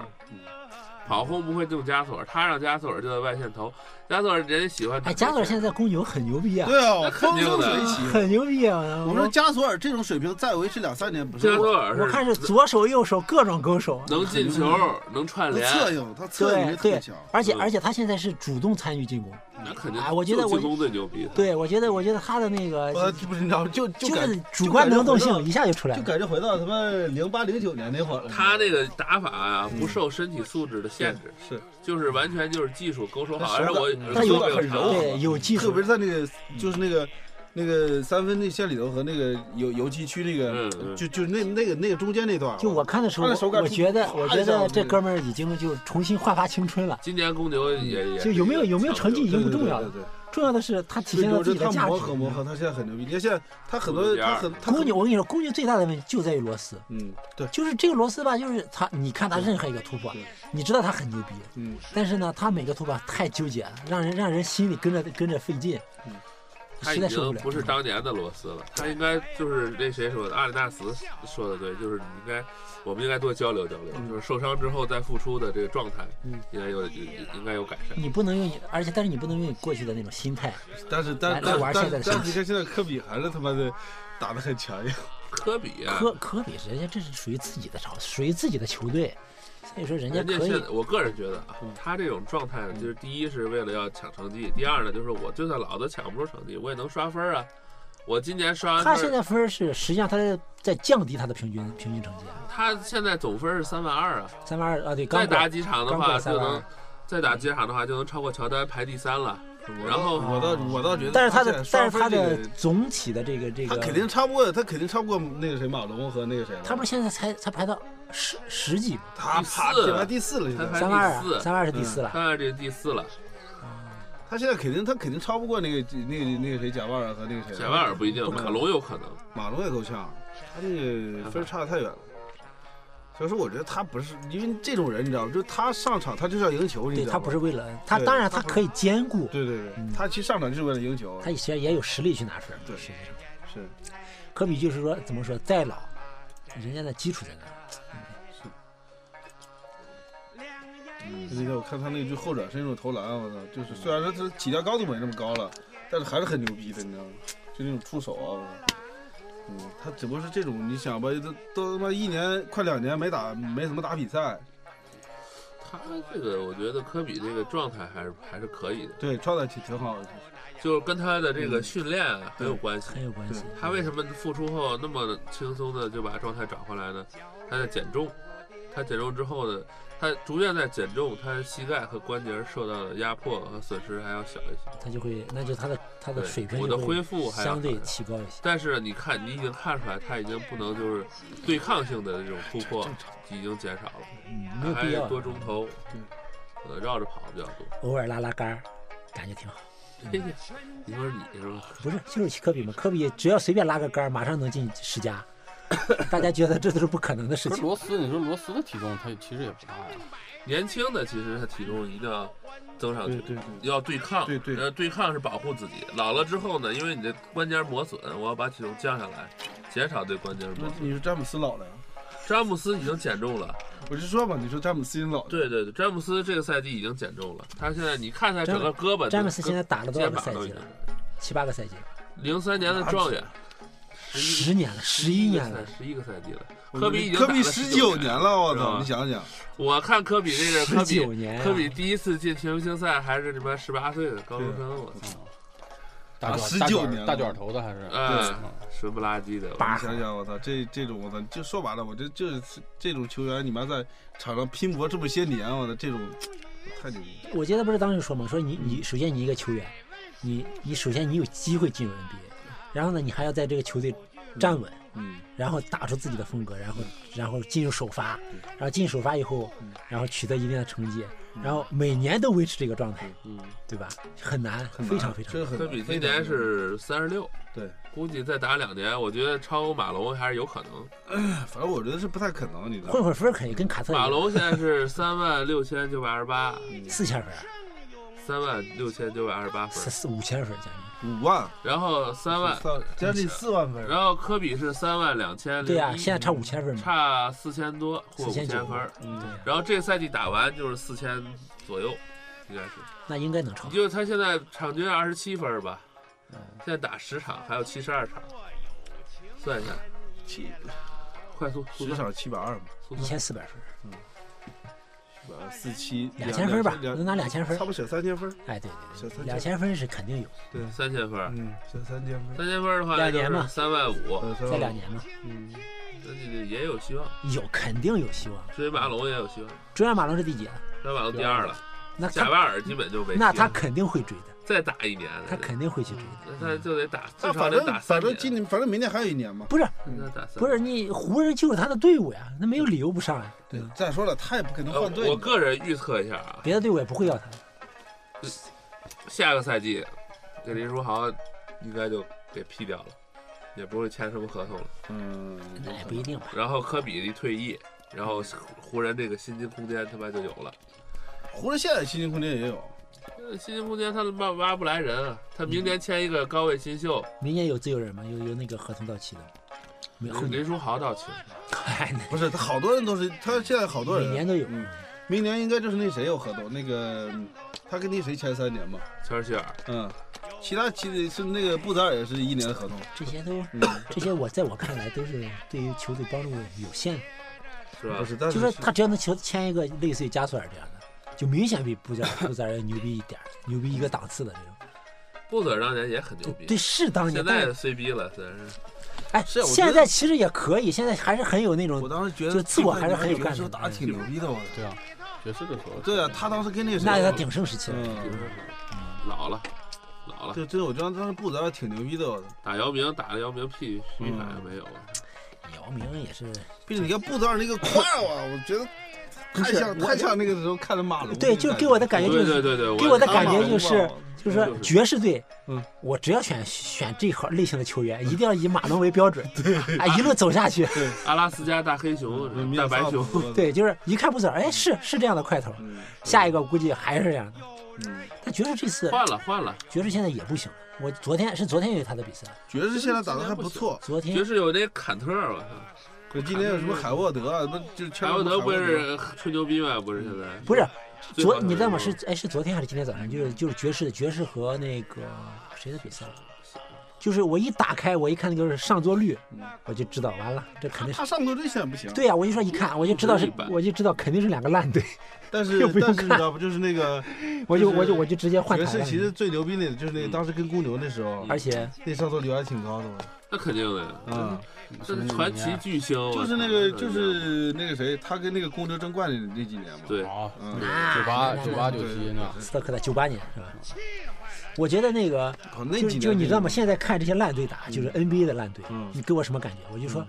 Speaker 2: 跑轰不会用枷锁，他让枷锁就在外线投，枷锁人家喜欢。
Speaker 4: 哎，加索尔现在公牛很牛逼啊，
Speaker 3: 对啊，
Speaker 2: 那肯
Speaker 3: 风
Speaker 2: 定
Speaker 3: 生
Speaker 2: 的
Speaker 3: 水起。
Speaker 4: 很牛逼啊！
Speaker 3: 我说加索尔这种水平再维持两三 [LAUGHS] 年不是
Speaker 2: 加索
Speaker 3: 问
Speaker 2: 尔是
Speaker 4: 我看是左手右手各种勾手，
Speaker 2: 能进球，能串
Speaker 3: 题
Speaker 2: 联
Speaker 3: 他，策应，他策应
Speaker 4: 对
Speaker 3: 力特别
Speaker 4: 对
Speaker 3: 强。，
Speaker 4: 而且
Speaker 2: 嗯
Speaker 4: 而且他现在是主动参与进攻，
Speaker 2: 那肯定。
Speaker 4: 哎我觉得
Speaker 2: 就
Speaker 4: 我
Speaker 2: 进攻最牛逼。
Speaker 4: 对我觉得我觉得他的那
Speaker 3: 呃，
Speaker 4: 个
Speaker 3: 不是你知道吗，就就感
Speaker 4: 是主观能动，
Speaker 3: 就感
Speaker 4: 性啊
Speaker 3: 觉
Speaker 4: 一下就出来
Speaker 3: 回到就感
Speaker 4: 了，
Speaker 3: 觉回到他妈零八零九年那会儿了。
Speaker 2: 他那个打法啊，不受身体素质的限制，
Speaker 3: 是，
Speaker 2: 就是完全就是技术勾手好。
Speaker 3: 他
Speaker 2: 而
Speaker 3: 手
Speaker 2: 且
Speaker 3: 感
Speaker 2: 我
Speaker 4: 他
Speaker 2: 有
Speaker 4: 有
Speaker 2: 没有
Speaker 3: 很柔
Speaker 2: 长
Speaker 4: 对有技
Speaker 3: 特
Speaker 4: 术
Speaker 3: 别，是在那个就是那个那个三分那线里头和那个游游击区那
Speaker 2: 嗯
Speaker 3: 个，
Speaker 2: 嗯
Speaker 3: 就就那那个那个中间那段儿，
Speaker 4: 就我看的时候，
Speaker 3: 他的手感
Speaker 4: 我觉得
Speaker 3: 突
Speaker 4: 我
Speaker 3: 然
Speaker 4: 觉
Speaker 3: 一下
Speaker 4: 得
Speaker 3: 子
Speaker 4: 这
Speaker 3: 就
Speaker 4: 哥们儿已经就重新焕发青春了。
Speaker 2: 今年公牛也也
Speaker 4: 嗯就有没有有没有成绩已
Speaker 3: 对对
Speaker 4: 经不重
Speaker 3: 对
Speaker 4: 要
Speaker 3: 对
Speaker 4: 了，
Speaker 3: 对，
Speaker 4: 重要的是他体
Speaker 3: 所以
Speaker 4: 现了
Speaker 3: 我觉
Speaker 4: 自己
Speaker 3: 得
Speaker 4: 的
Speaker 3: 他
Speaker 4: 价值嗯
Speaker 3: 磨。合磨合，他现在很牛逼。你看现在他很
Speaker 2: 公牛
Speaker 3: 多
Speaker 2: 第二
Speaker 3: 他很他
Speaker 4: 公
Speaker 3: 很
Speaker 4: 牛，我跟你说，公牛最大的问题就在于罗斯，
Speaker 3: 嗯对
Speaker 4: 就是这个罗斯吧，就是他，你看他任何一个突破
Speaker 3: 对，
Speaker 4: 你知道他很牛逼，
Speaker 3: 嗯。
Speaker 4: 但是呢，他每个突破太纠结了，让人让人心里跟着跟着费劲，
Speaker 2: 他
Speaker 4: 实
Speaker 2: 嗯已
Speaker 4: 在受
Speaker 2: 经
Speaker 4: 了。
Speaker 2: 不是当年的罗斯了，他应该就是那谁说的，阿里纳斯说的对，就是你应该，我们应该多交流交流，
Speaker 4: 嗯
Speaker 2: 就是受伤之后再复出的这个状态，应该有应该有改善。
Speaker 4: 你不能用你，而且但是你不能用你过去的那种心态，
Speaker 3: 但是但
Speaker 4: 来
Speaker 3: 但
Speaker 4: 来玩
Speaker 3: 但
Speaker 4: 现在的
Speaker 3: 但
Speaker 4: 形
Speaker 3: 你看现在科比还是他妈的打得很强硬，
Speaker 2: 科比啊，
Speaker 4: 科科比人家这是属于自己的场，属于自己的球队，所以说人家
Speaker 2: 人家
Speaker 4: 可
Speaker 2: 现
Speaker 4: 以嗯
Speaker 2: 在，我个人觉得啊，他这种状态呢，就是第一是为了要抢成绩，第二呢就是我就算老子抢不出成绩，我也能刷分啊，我今年刷完
Speaker 4: 他现
Speaker 2: 分，
Speaker 4: 在分儿是实际上他在在降低他的平均平均成绩啊，
Speaker 2: 他现在总分是三万二啊，
Speaker 4: 三万二啊，对，刚
Speaker 2: 再
Speaker 4: 过
Speaker 2: 打几场的
Speaker 4: 刚
Speaker 2: 话
Speaker 4: 过
Speaker 2: 就
Speaker 4: 三万
Speaker 2: 能
Speaker 4: 二。，
Speaker 2: 再打几场的话就能超过乔丹排第三了。
Speaker 4: 嗯
Speaker 3: 我
Speaker 2: 然
Speaker 3: 倒
Speaker 2: 后
Speaker 3: 我倒我倒觉得，
Speaker 4: 哦但是他的，但是
Speaker 3: 他现在刷
Speaker 4: 他
Speaker 3: 分这
Speaker 4: 的
Speaker 3: 个
Speaker 4: 总体的这个这个，
Speaker 3: 他肯定超不过，他肯定超不过那个谁马龙和那个谁了。
Speaker 4: 他不是现在才才排到十十几吗？
Speaker 3: 他爬
Speaker 2: 第四
Speaker 3: 进来第四了，现
Speaker 2: 他排
Speaker 3: 在
Speaker 4: 三万二
Speaker 2: 第四
Speaker 4: 啊，三万二是第四了。
Speaker 2: 看看这第四了，
Speaker 3: 他现在肯定他肯定超不过那个那个那个谁贾巴尔和那个谁了。
Speaker 2: 贾巴尔不一定，马龙有可能。
Speaker 3: 马龙也够呛，他这个分儿差得太远了。所以说，我觉得他不是因为这种人，你知道吗？就他上场，他就是要赢球，你
Speaker 4: 对
Speaker 3: 知道吗？
Speaker 4: 他不是为了他，
Speaker 3: 对
Speaker 4: 当然
Speaker 3: 他
Speaker 4: 他
Speaker 3: 不是
Speaker 4: 可以兼顾，
Speaker 3: 对对对，
Speaker 4: 嗯
Speaker 3: 他其实上场就是为了赢球。
Speaker 4: 他以前也有实力去拿分。
Speaker 3: 对
Speaker 4: 实际上
Speaker 3: 是
Speaker 4: 科比就是说怎么说，再老，人家的基础在那儿。
Speaker 3: 那个，我看他那句后转身那种投篮，啊我操，就是虽然说他起跳高度没那么高了，但是还是很牛逼的，你知道吗？就那种出手啊，我操。嗯，他只不过是这种，你想吧，都都他妈一年快两年没打，没怎么打比赛，
Speaker 2: 他这个我觉得科比这个状态还是还是可以的，
Speaker 3: 对，状态挺挺好的。
Speaker 2: 就是跟他的
Speaker 4: 嗯
Speaker 2: 这个训练啊很有
Speaker 3: 对
Speaker 2: 关系。
Speaker 4: 很有关系。
Speaker 2: 他为什么复出后那么轻松的就把状态找回来呢？他在减重，他减重之后呢，他逐渐在减重，他膝盖和关节受到的压迫和损失还要小一些。
Speaker 4: 他就会，那就他的他的
Speaker 2: 对
Speaker 4: 水平
Speaker 2: 我
Speaker 4: 就
Speaker 2: 的
Speaker 4: 会
Speaker 2: 恢复还要
Speaker 4: 相对
Speaker 2: 好
Speaker 4: 提高一些。
Speaker 2: 但是你看，你已经看出来，他已经不能就是对抗性的这种突破已经减少了，
Speaker 4: 嗯，没有
Speaker 2: 他还
Speaker 4: 必
Speaker 2: 是
Speaker 4: 要
Speaker 2: 多中投，
Speaker 3: 对
Speaker 2: 呃，绕着跑比较多。
Speaker 4: 偶尔拉拉杆儿，感觉挺好。
Speaker 2: 嘿嘿你说你是吧？
Speaker 4: 不是，就是科比嘛，科比只要随便拉个杆儿，马上能进十佳。大家觉得这都是不可能的事
Speaker 5: 可是
Speaker 4: 情。
Speaker 5: 罗斯，你说罗斯的体重他其实也不大呀，
Speaker 2: 年轻的其实他体重一定要增上去，
Speaker 3: 对对对
Speaker 2: 要对抗，
Speaker 3: 对对
Speaker 2: 呃，对抗是保护自己。老了之后呢，因为你的关节磨损，我要把体重降下来，减少对关节
Speaker 3: 那
Speaker 2: 磨损。
Speaker 3: 你说詹姆斯老了呀？
Speaker 2: 詹姆斯已经减重了，
Speaker 3: 我就说嘛，你说詹姆斯老了，
Speaker 2: 对对对，詹姆斯这个赛季已经减重了，他现在你看他整个胳膊，
Speaker 4: 詹姆斯现在打了多
Speaker 2: 肩
Speaker 4: 少个
Speaker 2: 膀
Speaker 4: 赛
Speaker 2: 都已
Speaker 4: 季
Speaker 2: 经
Speaker 4: 了？七八个赛季了，
Speaker 2: 零三年的状元，
Speaker 4: 十年了，十一年了。
Speaker 2: 十一个赛季了。
Speaker 3: 我
Speaker 2: 科比已经
Speaker 3: 科
Speaker 2: 打
Speaker 3: 比
Speaker 2: 了
Speaker 3: 十九
Speaker 2: 年
Speaker 3: 年，了，我
Speaker 2: 是吧
Speaker 3: 操！你想想，
Speaker 2: 我看科比这个科比
Speaker 4: 19年啊
Speaker 2: 科比第一次进全明星赛还是你妈十八岁的高中生，我操，
Speaker 5: 大
Speaker 3: 啊
Speaker 5: 卷
Speaker 3: 19
Speaker 5: 大卷
Speaker 3: 年
Speaker 5: 大
Speaker 3: 了
Speaker 5: 卷头的还是。
Speaker 2: 哎，神不拉几的，我
Speaker 3: 你想想，我操，这这种我操，就说白了，我这就是这种球员，你妈在场上拼搏这么些年，我操，这种太牛逼了。
Speaker 4: 我记得不是当时说嘛，说你你首先你一个球员，你你首先你有机会进入 NBA，然后呢你还要在这个球队站稳，
Speaker 3: 嗯，
Speaker 4: 然后打出自己的风格，然后然后进入首发，然后进入首发以后，然后取得一定的成绩，然后每年都维持这个状态，
Speaker 2: 嗯，
Speaker 4: 对吧？很难，
Speaker 3: 很难
Speaker 4: 非常非常
Speaker 3: 这
Speaker 4: 难
Speaker 3: 个。很
Speaker 2: 科
Speaker 3: 难
Speaker 2: 比
Speaker 3: 非
Speaker 2: 今
Speaker 3: 常
Speaker 2: 年
Speaker 3: 难
Speaker 2: 是三十六，
Speaker 3: 对，
Speaker 2: 估计再打两年，我觉得超过马龙还是有可能。
Speaker 3: 反正我觉得是不太可能，你知道
Speaker 4: 混
Speaker 3: 吗？
Speaker 4: 会儿分儿可以跟卡特一
Speaker 2: 马
Speaker 4: 样，
Speaker 2: 龙现在是三万六千九百二十八，
Speaker 4: 四千分儿，
Speaker 2: 三万六千九百二十八
Speaker 4: 四
Speaker 2: 分，
Speaker 4: 四五千分儿将近。
Speaker 3: 五万，
Speaker 2: 然后三万，
Speaker 3: 三将近四万分，
Speaker 2: 然后科比是三万两千，
Speaker 4: 对呀、现在差五千分儿嘛，
Speaker 2: 差四千多或
Speaker 4: 四
Speaker 2: 五
Speaker 4: 千
Speaker 2: 千
Speaker 4: 九
Speaker 2: 分儿，，
Speaker 4: 嗯，对呀、
Speaker 2: 然后这个赛季打完就是四千左右，应该是。
Speaker 4: 那应该能超
Speaker 2: 你。就他现在场均二十七分儿吧，现在打十场还有七十二场，算一下，
Speaker 3: 七
Speaker 2: 快速速
Speaker 3: 十
Speaker 2: 算
Speaker 3: 场七百二嘛，呃
Speaker 2: 速
Speaker 4: 一
Speaker 2: 算。
Speaker 4: 千四百分儿，
Speaker 3: 四七
Speaker 4: 两千分儿吧，能拿两千分
Speaker 3: 差
Speaker 4: 儿。
Speaker 3: 不多小三千分，
Speaker 4: 哎，对
Speaker 3: 小
Speaker 4: 对对，
Speaker 3: 三
Speaker 4: 两
Speaker 3: 千，
Speaker 4: 千分儿是肯定有，
Speaker 2: 三千分儿，
Speaker 3: 嗯，小三千分，
Speaker 2: 三千分儿的话
Speaker 4: 两
Speaker 2: 那就
Speaker 4: 年嘛
Speaker 2: 是三万五，
Speaker 3: 呃
Speaker 4: 在两，年嘛，
Speaker 2: 那就也有希望。
Speaker 4: 有肯定有希望。
Speaker 2: 追马龙也有希望，
Speaker 4: 追完马龙是第几啊？
Speaker 2: 追马龙第二了，
Speaker 4: 那
Speaker 2: 贾
Speaker 4: 他
Speaker 2: 巴尔基本就没希望。
Speaker 4: 那他肯定会追的，
Speaker 2: 再打一年，
Speaker 4: 他肯定会去追的。
Speaker 2: 那他就得打，
Speaker 3: 那
Speaker 2: 至少
Speaker 3: 反
Speaker 2: 得
Speaker 3: 正
Speaker 2: 打三
Speaker 3: 反
Speaker 2: 年
Speaker 3: 正。今年反正明年还有一年嘛。
Speaker 4: 不是
Speaker 2: 那打三
Speaker 4: 不是，
Speaker 2: 年。
Speaker 4: 你湖人就是他的队伍呀，那没有理由不上呀。
Speaker 3: 对，再说了，他也不可能
Speaker 2: 呃
Speaker 3: 换队。
Speaker 2: 我个人预测一下啊，
Speaker 4: 别的队伍也不会要他。
Speaker 2: 下个赛季这林书豪应该就给批掉了，也不会签什么合同了。
Speaker 3: 嗯，
Speaker 4: 那也不一定吧。
Speaker 2: 然后科比一退役，然后湖人这个薪金空间他妈就有了。
Speaker 3: 湖人现在薪金空间也有，
Speaker 2: 呃薪金空间他妈挖不来人啊！他明年签一个高位新秀，
Speaker 4: 明年有自由人吗？有有那个合同到期的吗？没有，后
Speaker 2: 林
Speaker 4: 年。
Speaker 2: 书豪到期了。
Speaker 4: 哎，那
Speaker 3: 不是他好多人都是，他现在好多人
Speaker 4: 每年都有。
Speaker 3: 嗯明年应该就是那谁有合同，那个嗯他跟那谁签三年嘛，
Speaker 2: 乔尔希尔，
Speaker 3: 嗯，其他其实是那个布泽尔也是一年的合同，
Speaker 4: 这些都，
Speaker 3: 嗯
Speaker 4: 这些我在我看来都是对于球队帮助有限的。
Speaker 2: 是吧
Speaker 3: 不？是，但
Speaker 4: 就是说他只要能球签一个类似于加索尔这样的，就明显比布加布加尔要牛逼一点儿，牛逼一个档次的这种。
Speaker 2: 布泽尔当年也很牛
Speaker 4: 对
Speaker 2: 逼，
Speaker 4: 对是当
Speaker 2: 现
Speaker 4: 年，但
Speaker 2: 在虽逼了，但是
Speaker 4: 哎，
Speaker 3: 是我觉
Speaker 4: 现
Speaker 3: 得
Speaker 4: 在其实也可以，现在还是很有那
Speaker 3: 我
Speaker 4: 种，
Speaker 3: 当时觉得
Speaker 4: 就自我还是很有
Speaker 3: 爵
Speaker 4: 干
Speaker 3: 士
Speaker 4: 劲
Speaker 3: 打得挺牛逼的，我
Speaker 5: 对啊，爵士的时候，
Speaker 3: 对啊，他当时跟那个谁，
Speaker 4: 那是他鼎盛时期了。
Speaker 3: 嗯，
Speaker 2: 老了，老了，
Speaker 3: 对，真的我觉得当时布泽尔挺牛逼的，我操
Speaker 2: 打姚明打了姚明屁屁
Speaker 3: 嗯
Speaker 2: 反应没有，
Speaker 4: 姚明也是，
Speaker 3: 并且你看布泽
Speaker 4: [LAUGHS]
Speaker 3: 尔那个胯啊，我觉得
Speaker 4: 不
Speaker 3: 太
Speaker 4: 是
Speaker 3: 像太像那个时候看的马龙那个感
Speaker 4: 对，
Speaker 3: 觉，
Speaker 4: 就给我的感觉就
Speaker 2: 对对
Speaker 4: 是，
Speaker 2: 对对，
Speaker 4: 给我的
Speaker 2: 也
Speaker 4: 感
Speaker 2: 是
Speaker 4: 觉就是就是
Speaker 2: 就
Speaker 4: 说
Speaker 2: 是
Speaker 4: 爵士队，
Speaker 3: 嗯，
Speaker 4: 我只要选选这号类型的球员，一定要以马龙为标准，啊，一路走下去。
Speaker 2: 阿拉斯加大黑
Speaker 3: 嗯
Speaker 2: 熊、大白熊，
Speaker 4: 对，就是一看布泽尔，哎，是是这样的块头，
Speaker 3: 嗯，
Speaker 4: 下一个估计还是这样的。
Speaker 3: 嗯
Speaker 4: 但爵士这次，
Speaker 2: 换了换了，
Speaker 4: 爵士现在也不行了。我昨天是昨天有他的比赛，
Speaker 3: 爵士现在打的还不错，
Speaker 4: 昨天
Speaker 2: 爵士有那坎特，我操，
Speaker 3: 可今天有什么海沃德啊，不就是签
Speaker 2: 凯
Speaker 3: 了
Speaker 2: 沃德
Speaker 3: 海
Speaker 2: 不
Speaker 3: 沃
Speaker 2: 是吹牛逼吗？不是现在
Speaker 4: 嗯不是
Speaker 2: 最好
Speaker 4: 昨
Speaker 2: 的
Speaker 4: 你知道吗？是
Speaker 2: 人
Speaker 4: 哎，是昨天还是今天早上？就是就是爵士爵士和那个谁的比赛？就是我一打开，我一看那个上座率，我就知道完了，这肯
Speaker 3: [LAUGHS]
Speaker 4: 定是
Speaker 3: 他上头这现在不行，
Speaker 4: 对呀、我一说一看，我就知道是
Speaker 2: 不是一，般
Speaker 4: 我就知道肯定是两个烂队， [LAUGHS]
Speaker 3: 但是
Speaker 4: 又不用
Speaker 3: 但是你
Speaker 4: 看
Speaker 3: 知道不？就是那个
Speaker 4: [LAUGHS] 我就
Speaker 3: 就是
Speaker 4: 我就我就直接换
Speaker 3: 爵
Speaker 4: 台
Speaker 3: 士
Speaker 4: 了。嗯
Speaker 3: 其实最牛逼那个就是那个当时跟公牛那时候，
Speaker 4: 而且
Speaker 3: 那上座率还挺高的嘛，
Speaker 2: 那肯定的，
Speaker 3: 嗯，
Speaker 2: 这是传奇巨星，我
Speaker 3: 就是
Speaker 2: 操
Speaker 3: 那个就是那个谁，他跟那个公牛争冠的那几年嘛，，
Speaker 2: 对，
Speaker 5: 啊，
Speaker 3: 嗯，
Speaker 5: 九八九八九七呢，
Speaker 4: 斯特克在九八年是吧？我觉得那个
Speaker 3: 哦那
Speaker 4: 就
Speaker 3: 几年
Speaker 4: 就你知道
Speaker 3: 真
Speaker 4: 吗？
Speaker 3: 的
Speaker 4: 现在看这些烂队打，就是 NBA 的烂队
Speaker 3: 嗯，
Speaker 4: 你给我什么感觉？我就说，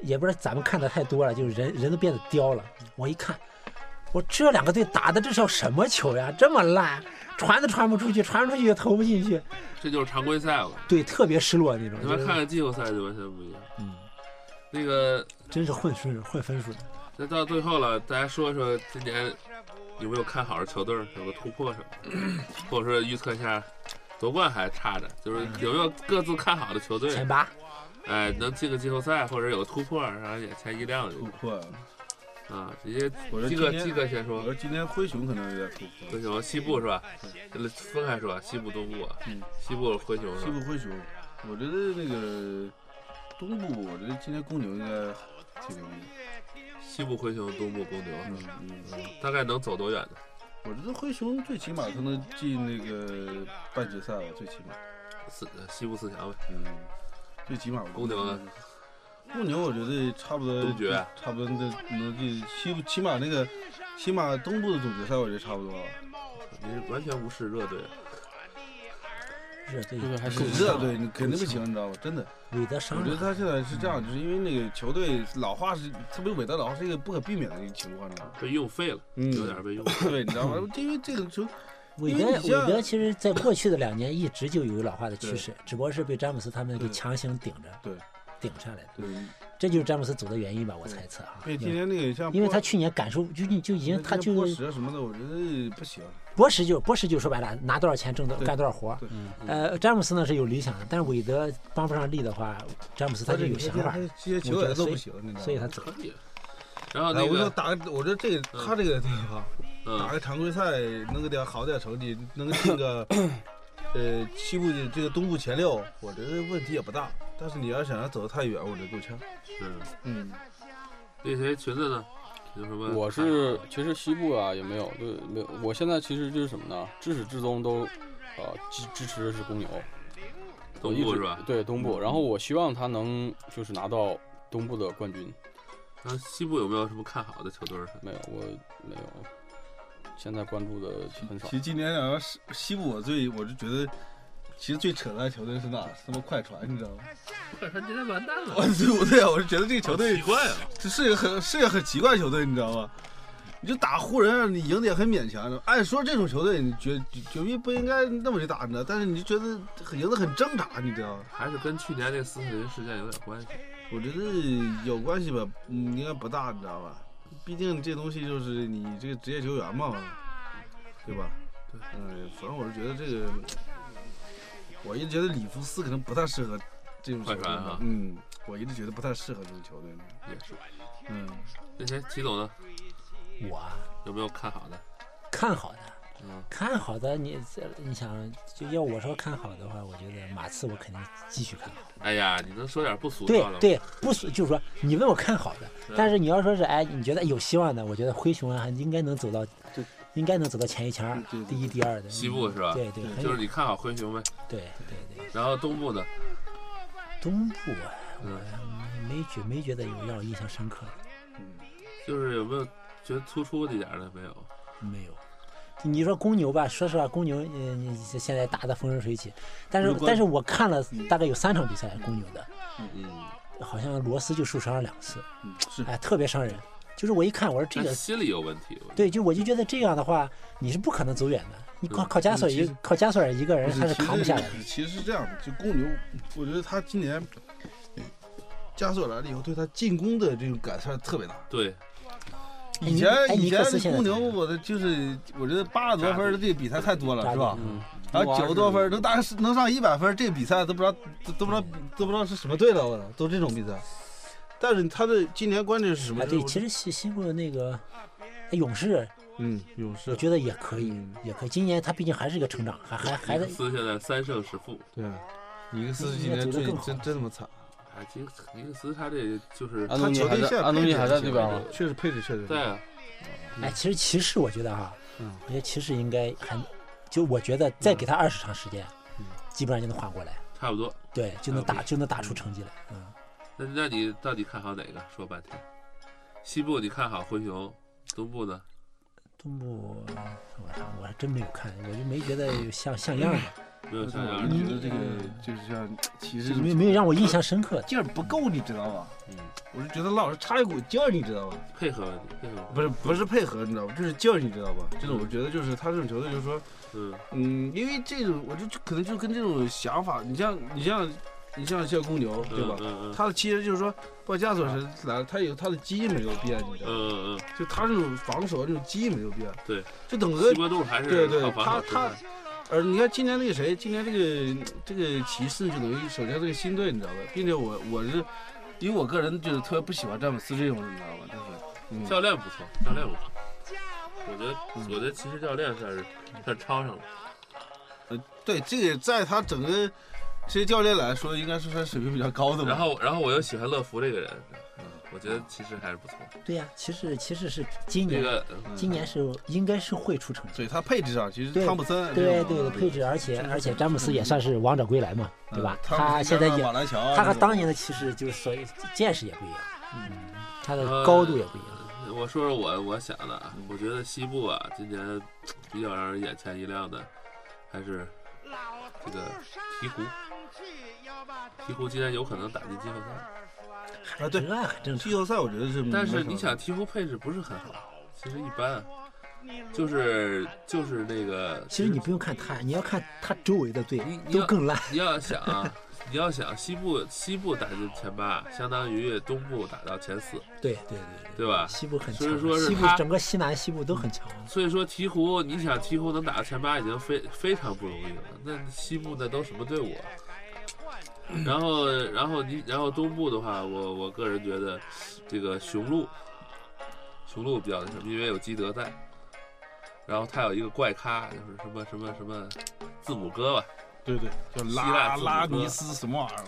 Speaker 4: 也不是咱们看的太多了，就是人人都变得刁了。我一看，我这两个队打的这是要什么球呀？这么烂，传都传不出去，传出去也投不进去，
Speaker 2: 这就是常规赛了。
Speaker 4: 对，特别失落那种。
Speaker 2: 你
Speaker 4: 就
Speaker 2: 们
Speaker 4: 是
Speaker 2: 看看季后赛就完全不一样。
Speaker 4: 嗯，
Speaker 2: 那个，
Speaker 4: 真是混顺混分数的。
Speaker 2: 那到最后了，大家说说今年有没有看好的球队，有个突破什么的，或者说预测一下夺冠还差着，就是有没有各自看好的球队
Speaker 4: 前，八，
Speaker 2: 哎，能进个季后赛或者有个突破，然后眼前一亮就
Speaker 3: 突破啊，
Speaker 2: 啊，直接
Speaker 3: 我说
Speaker 2: 鸡
Speaker 3: 今
Speaker 2: 哥
Speaker 3: 天
Speaker 2: 鸡哥先
Speaker 3: 我
Speaker 2: 说，
Speaker 3: 说今天灰熊可能有点突破
Speaker 2: 灰，熊西部是吧？分开说，西部东部啊
Speaker 3: 嗯，
Speaker 2: 西部灰熊啊是
Speaker 3: 西
Speaker 2: 吧
Speaker 3: 部灰熊，我觉得那个东部，我觉得今天公牛应该挺牛逼的，
Speaker 2: 西部灰熊，东部公牛是吧？
Speaker 3: 嗯嗯。
Speaker 2: 大概能走多远呢？
Speaker 3: 我觉得灰熊最起码他能进那个半决赛吧，最起码，
Speaker 2: 四西部四强呗，
Speaker 3: 嗯，最起码我
Speaker 2: 公牛呢？
Speaker 3: 嗯公牛我觉得差不多，
Speaker 2: 东决啊
Speaker 3: 差不多能能进西部，起码那个起码东部的总决赛我觉得差不多了。
Speaker 2: 你是完全无视热队。
Speaker 4: 热队
Speaker 5: 这个还是
Speaker 3: 热队啊你肯定不行，你知道吧？真的，
Speaker 4: 韦德伤
Speaker 3: 我觉得
Speaker 4: 了，
Speaker 3: 他现在是这样，就是因为那个球队老化是，特别韦德老化是一个不可避免的一个情况，你知
Speaker 2: [LAUGHS]
Speaker 3: 道吗？
Speaker 2: 被用废了，
Speaker 3: 嗯
Speaker 2: 有点被用废。
Speaker 3: [LAUGHS] 对，你知道吗？因为这个球，
Speaker 4: 韦
Speaker 3: 因
Speaker 4: 德
Speaker 3: 为你像
Speaker 4: 韦德其实在过去的两年一直就有老化的趋
Speaker 3: 对
Speaker 4: 势，只不过是被詹姆斯他们给
Speaker 3: 对
Speaker 4: 强行顶着
Speaker 3: 对
Speaker 4: 顶上来的。
Speaker 3: 对，
Speaker 4: 这就是詹姆斯走的原因吧，我猜测啊。
Speaker 3: 因为今天那个像
Speaker 4: 因为
Speaker 3: 波
Speaker 4: 他去年感受就就就已经他
Speaker 3: 波
Speaker 4: 就是
Speaker 3: 什啊什么的，我觉得不行。
Speaker 4: 博士就博士就说白了，拿多少钱挣多
Speaker 3: 对
Speaker 4: 干多少活儿
Speaker 3: 对。嗯
Speaker 4: 呃，詹姆斯呢是有理想的，但是韦德帮不上力的话，詹姆斯他就有想法，
Speaker 3: 这些球员都不行，你知道吗？
Speaker 4: 所以他走
Speaker 2: 可。以。然后
Speaker 3: 哎，
Speaker 2: 啊那
Speaker 3: 我就
Speaker 2: 个，
Speaker 3: 打，我觉得这个他这个地方打
Speaker 2: 嗯，
Speaker 3: 个常规赛，弄个点好点成绩，能进
Speaker 2: [LAUGHS]
Speaker 3: 个呃西部的这个东部前六，我觉得问题也不大。但是你要想要走得太远，我觉得够呛。
Speaker 2: 是
Speaker 3: 嗯，
Speaker 2: 那谁裙子呢？有什么？
Speaker 5: 我是其实西部啊也没有，就没有。我现在其实就是什么呢？至始至终都，呃，支支持的是公牛。我
Speaker 2: 东
Speaker 5: 一
Speaker 2: 部
Speaker 5: 直
Speaker 2: 是吧？嗯
Speaker 5: 对东部，然后我希望他能就是拿到东部的冠军。
Speaker 2: 然后西部有没有什么看好的球队？
Speaker 5: 没有，我没有，现在关注的很少
Speaker 3: 其。实今年好像西西部，我最我就觉得。其实最扯淡的球队是哪？他妈快船，你知道吗？
Speaker 2: 快船今天完蛋
Speaker 3: 我，对对，啊我是觉得这个球队
Speaker 2: 奇怪啊！
Speaker 3: 这是一个很是一个很奇怪的球队，你知道吗？你就打湖人，啊你赢得也很勉强。按说这种球队，你绝绝逼不应该那么去打，你知道？但是你就觉得很赢得很正常，你知道吗？
Speaker 2: 还是跟去年那斯特林事件有点关系。
Speaker 3: 我觉得有关系吧，嗯，应该不大，你知道吧？毕竟这东西就是你这个职业球员嘛，对吧？
Speaker 2: 对
Speaker 3: 嗯，反正我是觉得这个，我一直觉得里弗斯可能不太适合这种球队
Speaker 2: 快船啊
Speaker 3: 吧。嗯，我一直觉得不太适合这种球队。
Speaker 2: 也是。
Speaker 3: 嗯，
Speaker 2: 那谁齐总呢？
Speaker 4: 我
Speaker 2: 有没有看好的？
Speaker 4: 看好的，
Speaker 2: 嗯
Speaker 4: 看好的你这你想就要我说看好的话，我觉得马刺我肯定继续看好。
Speaker 2: 哎呀，你能说点不俗
Speaker 4: 对
Speaker 2: 套的吗？
Speaker 4: 对，不是就是说你问我看好的，但是你要说是哎，你觉得有希望的，我觉得灰熊啊还应该能走到
Speaker 5: 对，
Speaker 4: 应该能走到前一前二
Speaker 3: 对对，
Speaker 4: 第一第二的。
Speaker 2: 西部是吧
Speaker 4: 对对，很
Speaker 2: 就
Speaker 4: 有
Speaker 2: 是你看好灰熊呗，
Speaker 4: 对对对，
Speaker 2: 然后东部呢？
Speaker 4: 东部啊，
Speaker 2: 嗯
Speaker 4: 我没觉没觉得有让我印象深刻的，
Speaker 2: 就是有没有觉得突出的一点的没有？
Speaker 4: 没有。你说公牛吧，说实话，公牛呃你现在打得风生水起，但是
Speaker 3: 如果
Speaker 4: 但是我看了大概有三场比赛公牛的，
Speaker 2: 嗯，
Speaker 4: 好像罗斯就受伤了两次，
Speaker 3: 嗯，是
Speaker 4: 哎，特别伤人。就是我一看，我说这
Speaker 2: 但
Speaker 4: 个
Speaker 2: 心理有问题，我觉
Speaker 4: 对，就我就觉得这样的话，你是不可能走远的。你靠
Speaker 2: 嗯
Speaker 4: 靠加索
Speaker 3: 嗯其
Speaker 4: 一
Speaker 3: 实
Speaker 4: 靠加索尔一个人，
Speaker 3: 不
Speaker 4: 他是扛不下来的。
Speaker 3: 其实其实是这样的，就公牛，我觉得他今年加索来了以后，对他进攻的这种改善特别大。
Speaker 2: 得对，
Speaker 4: 哎
Speaker 3: 以
Speaker 4: 尼
Speaker 3: 前
Speaker 4: 哎
Speaker 3: 以
Speaker 4: 尼
Speaker 3: 前
Speaker 4: 克斯现在
Speaker 3: 公牛，
Speaker 4: 怎么样
Speaker 3: 我的就是我觉得八十多分的这个比赛太多了，是吧？
Speaker 5: 嗯，
Speaker 3: 然后
Speaker 5: 哇
Speaker 3: 九十多分能达能上一百分，这个比赛都不知道都都不知道都不知道是什么队了，我操，都这种比赛。但是他的今年关键是什么？
Speaker 4: 啊，对，其实西西部的那个哎勇士，
Speaker 3: 嗯，勇
Speaker 4: 我
Speaker 3: 士
Speaker 4: 觉得也可以
Speaker 3: 嗯，
Speaker 4: 也可以。今年他毕竟还是一个成长，还还还
Speaker 2: 尼
Speaker 4: 在
Speaker 2: 克斯现在三胜十负，
Speaker 3: 对，尼克斯今年最真真他妈惨，
Speaker 2: 啊，尼克尼克斯他这就是
Speaker 5: 安
Speaker 3: 他
Speaker 5: 东尼
Speaker 3: 球
Speaker 5: 还
Speaker 3: 队现
Speaker 5: 在，安东尼还在这边吗？
Speaker 3: 确实配置确实
Speaker 2: 对啊，
Speaker 4: 哎，其实骑士我觉得哈，
Speaker 3: 嗯
Speaker 4: 我觉得骑士应该还，就我觉得再给他二十场时间，基本上就能缓过来，
Speaker 2: 差不多。
Speaker 4: 对，就能
Speaker 2: 差不
Speaker 4: 打就能打出成绩来。嗯，
Speaker 2: 那那你到底看好哪个？说半天，西部你看好灰熊，东部呢？
Speaker 4: 东部我操，我还真没有看，我就没觉得有像像样的，
Speaker 2: 没有啊像
Speaker 3: 我
Speaker 2: 样
Speaker 3: 觉
Speaker 2: 的。
Speaker 3: 得这个就是像骑士
Speaker 4: 就没有没有让我印象深刻的。
Speaker 3: 劲儿不够，你知道吧？
Speaker 2: 嗯，
Speaker 3: 我是觉得老是差一股劲儿，你知道吧？
Speaker 2: 配合问题，配合问题。
Speaker 3: 不是不是配合，你知道吧？就是劲儿，你知道吧？这种我觉得就是他这种球队，就是说，
Speaker 2: 嗯
Speaker 3: 嗯，因为这种我就就可能就跟这种想法，你像你像你像像公牛对吧
Speaker 2: 嗯？嗯嗯
Speaker 3: 他的其实就是说，鲍加索是来了，他有他的基因没有变，你知道吗？
Speaker 2: 嗯嗯嗯，
Speaker 3: 就他这种防守这种基因没有变，
Speaker 2: 对，
Speaker 3: 就等
Speaker 2: 西
Speaker 3: 个
Speaker 2: 伯杜还是
Speaker 3: 对对
Speaker 2: 靠，防
Speaker 3: 他
Speaker 2: 守吃
Speaker 3: 他
Speaker 2: 饭，
Speaker 3: 呃，你看今年那个谁，今年这个这个骑士就等于首先这个新队，你知道吧？并且我我是，因为我个人就是特别不喜欢詹姆斯这种人，你知道吧？就是，嗯，
Speaker 2: 教练不错，教练不错。我觉得，我觉得其实教练算是
Speaker 3: 嗯
Speaker 2: 算超上了。
Speaker 3: 呃对，这个在他整个这些教练来说，应该是他水平比较高的吧。嗯
Speaker 2: 然后，然后我又喜欢乐福这个人，嗯我觉得其实还是不错。
Speaker 4: 对呀、骑士骑士是今
Speaker 2: 这
Speaker 4: 年、
Speaker 2: 个
Speaker 4: 今年是应该是会出成绩。
Speaker 3: 对嗯他配置上，其实
Speaker 4: 对
Speaker 3: 汤普森这
Speaker 4: 对
Speaker 3: 种嗯
Speaker 4: 对的配置，而且而且詹姆斯也算是王者归来嘛，对吧
Speaker 3: 嗯？汤普
Speaker 4: 他
Speaker 3: 森
Speaker 4: 现在
Speaker 3: 加上
Speaker 4: 也，
Speaker 3: 瓦莱乔啊
Speaker 4: 他和
Speaker 3: 这种
Speaker 4: 当年的骑士就是所以见识也不一样，嗯，他的高度也不一样。
Speaker 2: 我说说我我想的
Speaker 3: 嗯
Speaker 2: 啊，我觉得西部啊，今年比较让人眼前一亮的，还是这个鹈鹕。鹈鹕今年有可能打进季后赛，
Speaker 3: 啊，对，
Speaker 4: 这很正常
Speaker 3: 季。后赛我觉得是，
Speaker 4: 嗯
Speaker 2: 但是你想，，鹈鹕配置不是很好，其实一般啊，就是就是那个，
Speaker 4: 其实你不用看他，你要看他周围的队
Speaker 2: 你你
Speaker 4: 都
Speaker 2: 要
Speaker 4: 更烂。
Speaker 2: 你要想啊，你要想西部西部打进前八，相当于东部打到前四，
Speaker 4: 对对对
Speaker 2: 对吧？
Speaker 4: 西部很
Speaker 2: 所以说
Speaker 4: 强，
Speaker 2: 是
Speaker 4: 西部
Speaker 2: 他
Speaker 4: 整个西南西部都很强。
Speaker 2: 所以说鹈鹕，你想鹈鹕能打到前八已经非非常不容易了。那西部那都什么队伍啊？然后，然后你，然后东部的话，我我个人觉得，这个雄鹿，雄鹿比较那什么，因为有基德在，然后他有一个怪咖，就是什么什么什么字母哥吧，
Speaker 3: 对对，就
Speaker 2: 希腊
Speaker 3: 拉
Speaker 2: 字母
Speaker 3: 拉
Speaker 2: 哥
Speaker 3: 尼斯什么玩意儿，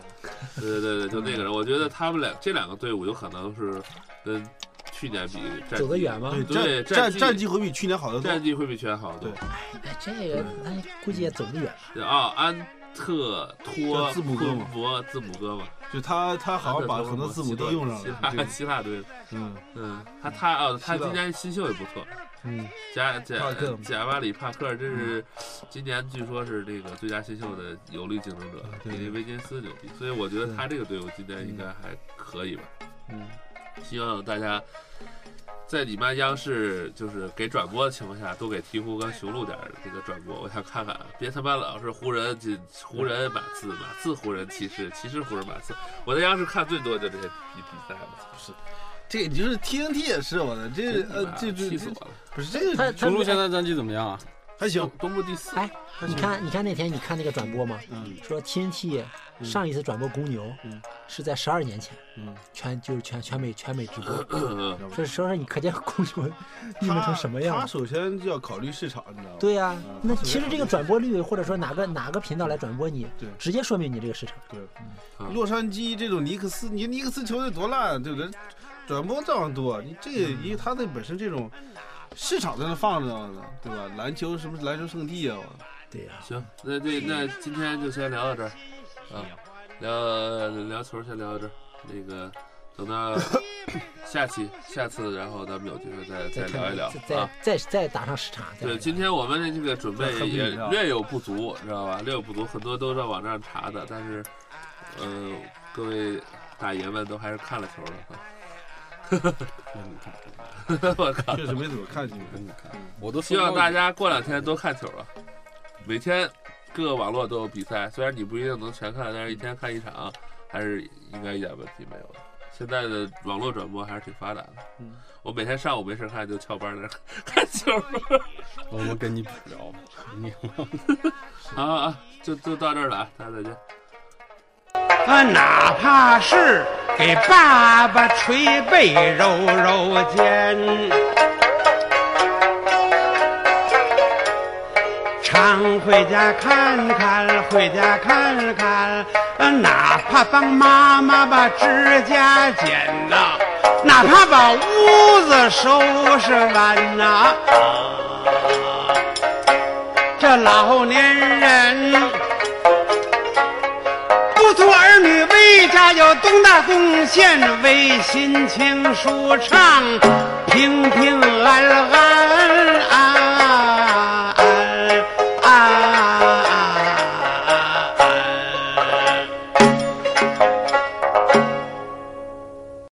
Speaker 2: 对对对对，就那个人，我觉得他们俩这两个队伍有可能是跟去年比战
Speaker 4: 走得
Speaker 2: 绩
Speaker 4: 远吗
Speaker 3: 对
Speaker 2: 嗯对战
Speaker 3: 战战战绩会比去年好得
Speaker 2: 战
Speaker 3: 多。
Speaker 2: 绩会比去年好得多
Speaker 3: 对。
Speaker 4: 哎，这个他估计也走不远。
Speaker 2: 对啊，安特托
Speaker 3: 叫字母哥嘛
Speaker 2: 昆博字母哥嘛，
Speaker 3: 就他他好像把很多字母都用上
Speaker 2: 希
Speaker 3: 了。对
Speaker 2: 腊希腊队，
Speaker 3: 嗯
Speaker 2: 嗯，他他哦，他
Speaker 3: 希腊
Speaker 2: 今年新秀也不错，
Speaker 3: 嗯，
Speaker 2: 贾贾呃
Speaker 3: 帕克
Speaker 2: 贾巴里帕克，这是今年据说是这个最佳新秀的有力竞争者，比
Speaker 3: 啊对
Speaker 2: 利威金斯牛逼，所以我觉得他这个队伍今年应该还可以吧。
Speaker 3: 嗯，
Speaker 2: 希望大家在你们央视就是给转播的情况下，多给鹈鹕跟雄鹿点儿这个转播，我想看看啊，别他妈老是湖人进湖人马刺，马刺湖人骑士，骑士湖人马刺。我在央视看最多就这些比赛了，是
Speaker 3: 这个就是 TNT 也是我的，这呃这
Speaker 2: 气
Speaker 3: 这这
Speaker 2: 死我了。
Speaker 3: 不是这
Speaker 4: 他
Speaker 3: 个
Speaker 4: 他
Speaker 5: 雄鹿现在战绩怎么样啊？
Speaker 3: 还行，
Speaker 2: 东部第四，
Speaker 4: 哎，你看，你看那天你看那个转播吗？
Speaker 3: 嗯
Speaker 4: 说 TNT 上一次转播公牛，是在十二年前，
Speaker 3: 嗯，
Speaker 4: 全就是全全美全美直播。
Speaker 2: 嗯
Speaker 4: 说说说你可见公牛郁闷成什么
Speaker 3: 他
Speaker 4: 样？
Speaker 3: 首先就要考虑市场，你知道吗？
Speaker 4: 对呀、
Speaker 3: 嗯
Speaker 4: 那
Speaker 3: 首先
Speaker 4: 其实这个转播率或者说哪个哪个频道来转播你
Speaker 3: 对，
Speaker 4: 直接说明你这个市场。
Speaker 2: 嗯
Speaker 3: 洛杉矶这种尼克斯，你尼克斯球队多烂，对不对？转播照样多，你这个因为他的本身这种市场在那放着呢，对吧？篮球什么篮球圣地啊，
Speaker 4: 对呀、
Speaker 2: 行，那这那今天就先聊到这儿，啊，聊聊球先聊到这儿，那个等到下期下次，然后咱们有机会再
Speaker 4: 再
Speaker 2: 再
Speaker 4: 看
Speaker 2: 聊一聊
Speaker 4: 再、
Speaker 2: 啊。
Speaker 4: 再再再打上时差。再
Speaker 2: 对，
Speaker 4: 聊
Speaker 2: 今天我们的这个准备
Speaker 3: 再喝杯
Speaker 2: 也
Speaker 3: 饮料
Speaker 2: 略有不足，知道吧？略有不足，很多都在网上查的，但是，呃，各位大爷们都还是看了球 [LAUGHS] 的
Speaker 5: 没怎么看，
Speaker 2: 啊。 [LAUGHS] 我靠，
Speaker 3: 确实没怎么看进去
Speaker 5: 没。怎么看，我都
Speaker 2: 希望
Speaker 5: 搜不到
Speaker 2: 大家过两天多看球啊！每天各个网络都有比赛，虽然你不一定能全看，但是一天看一场还是应该一点问题没有的。现在的网络转播还是挺发达的。
Speaker 3: 嗯，
Speaker 2: 我每天上午没事干就翘班在那儿 [LAUGHS] 看球
Speaker 5: 我们跟你比不了，你。
Speaker 2: [LAUGHS] 啊啊！就就到这儿了啊，大家再见。
Speaker 6: 啊，哪怕是给爸爸捶背揉揉肩，常回家看看，回家看看，啊，哪怕帮妈妈把指甲剪呐、哪怕把屋子收拾完呐、啊这老年人。不图儿女为家有多大贡献，为心情舒畅，平平安安。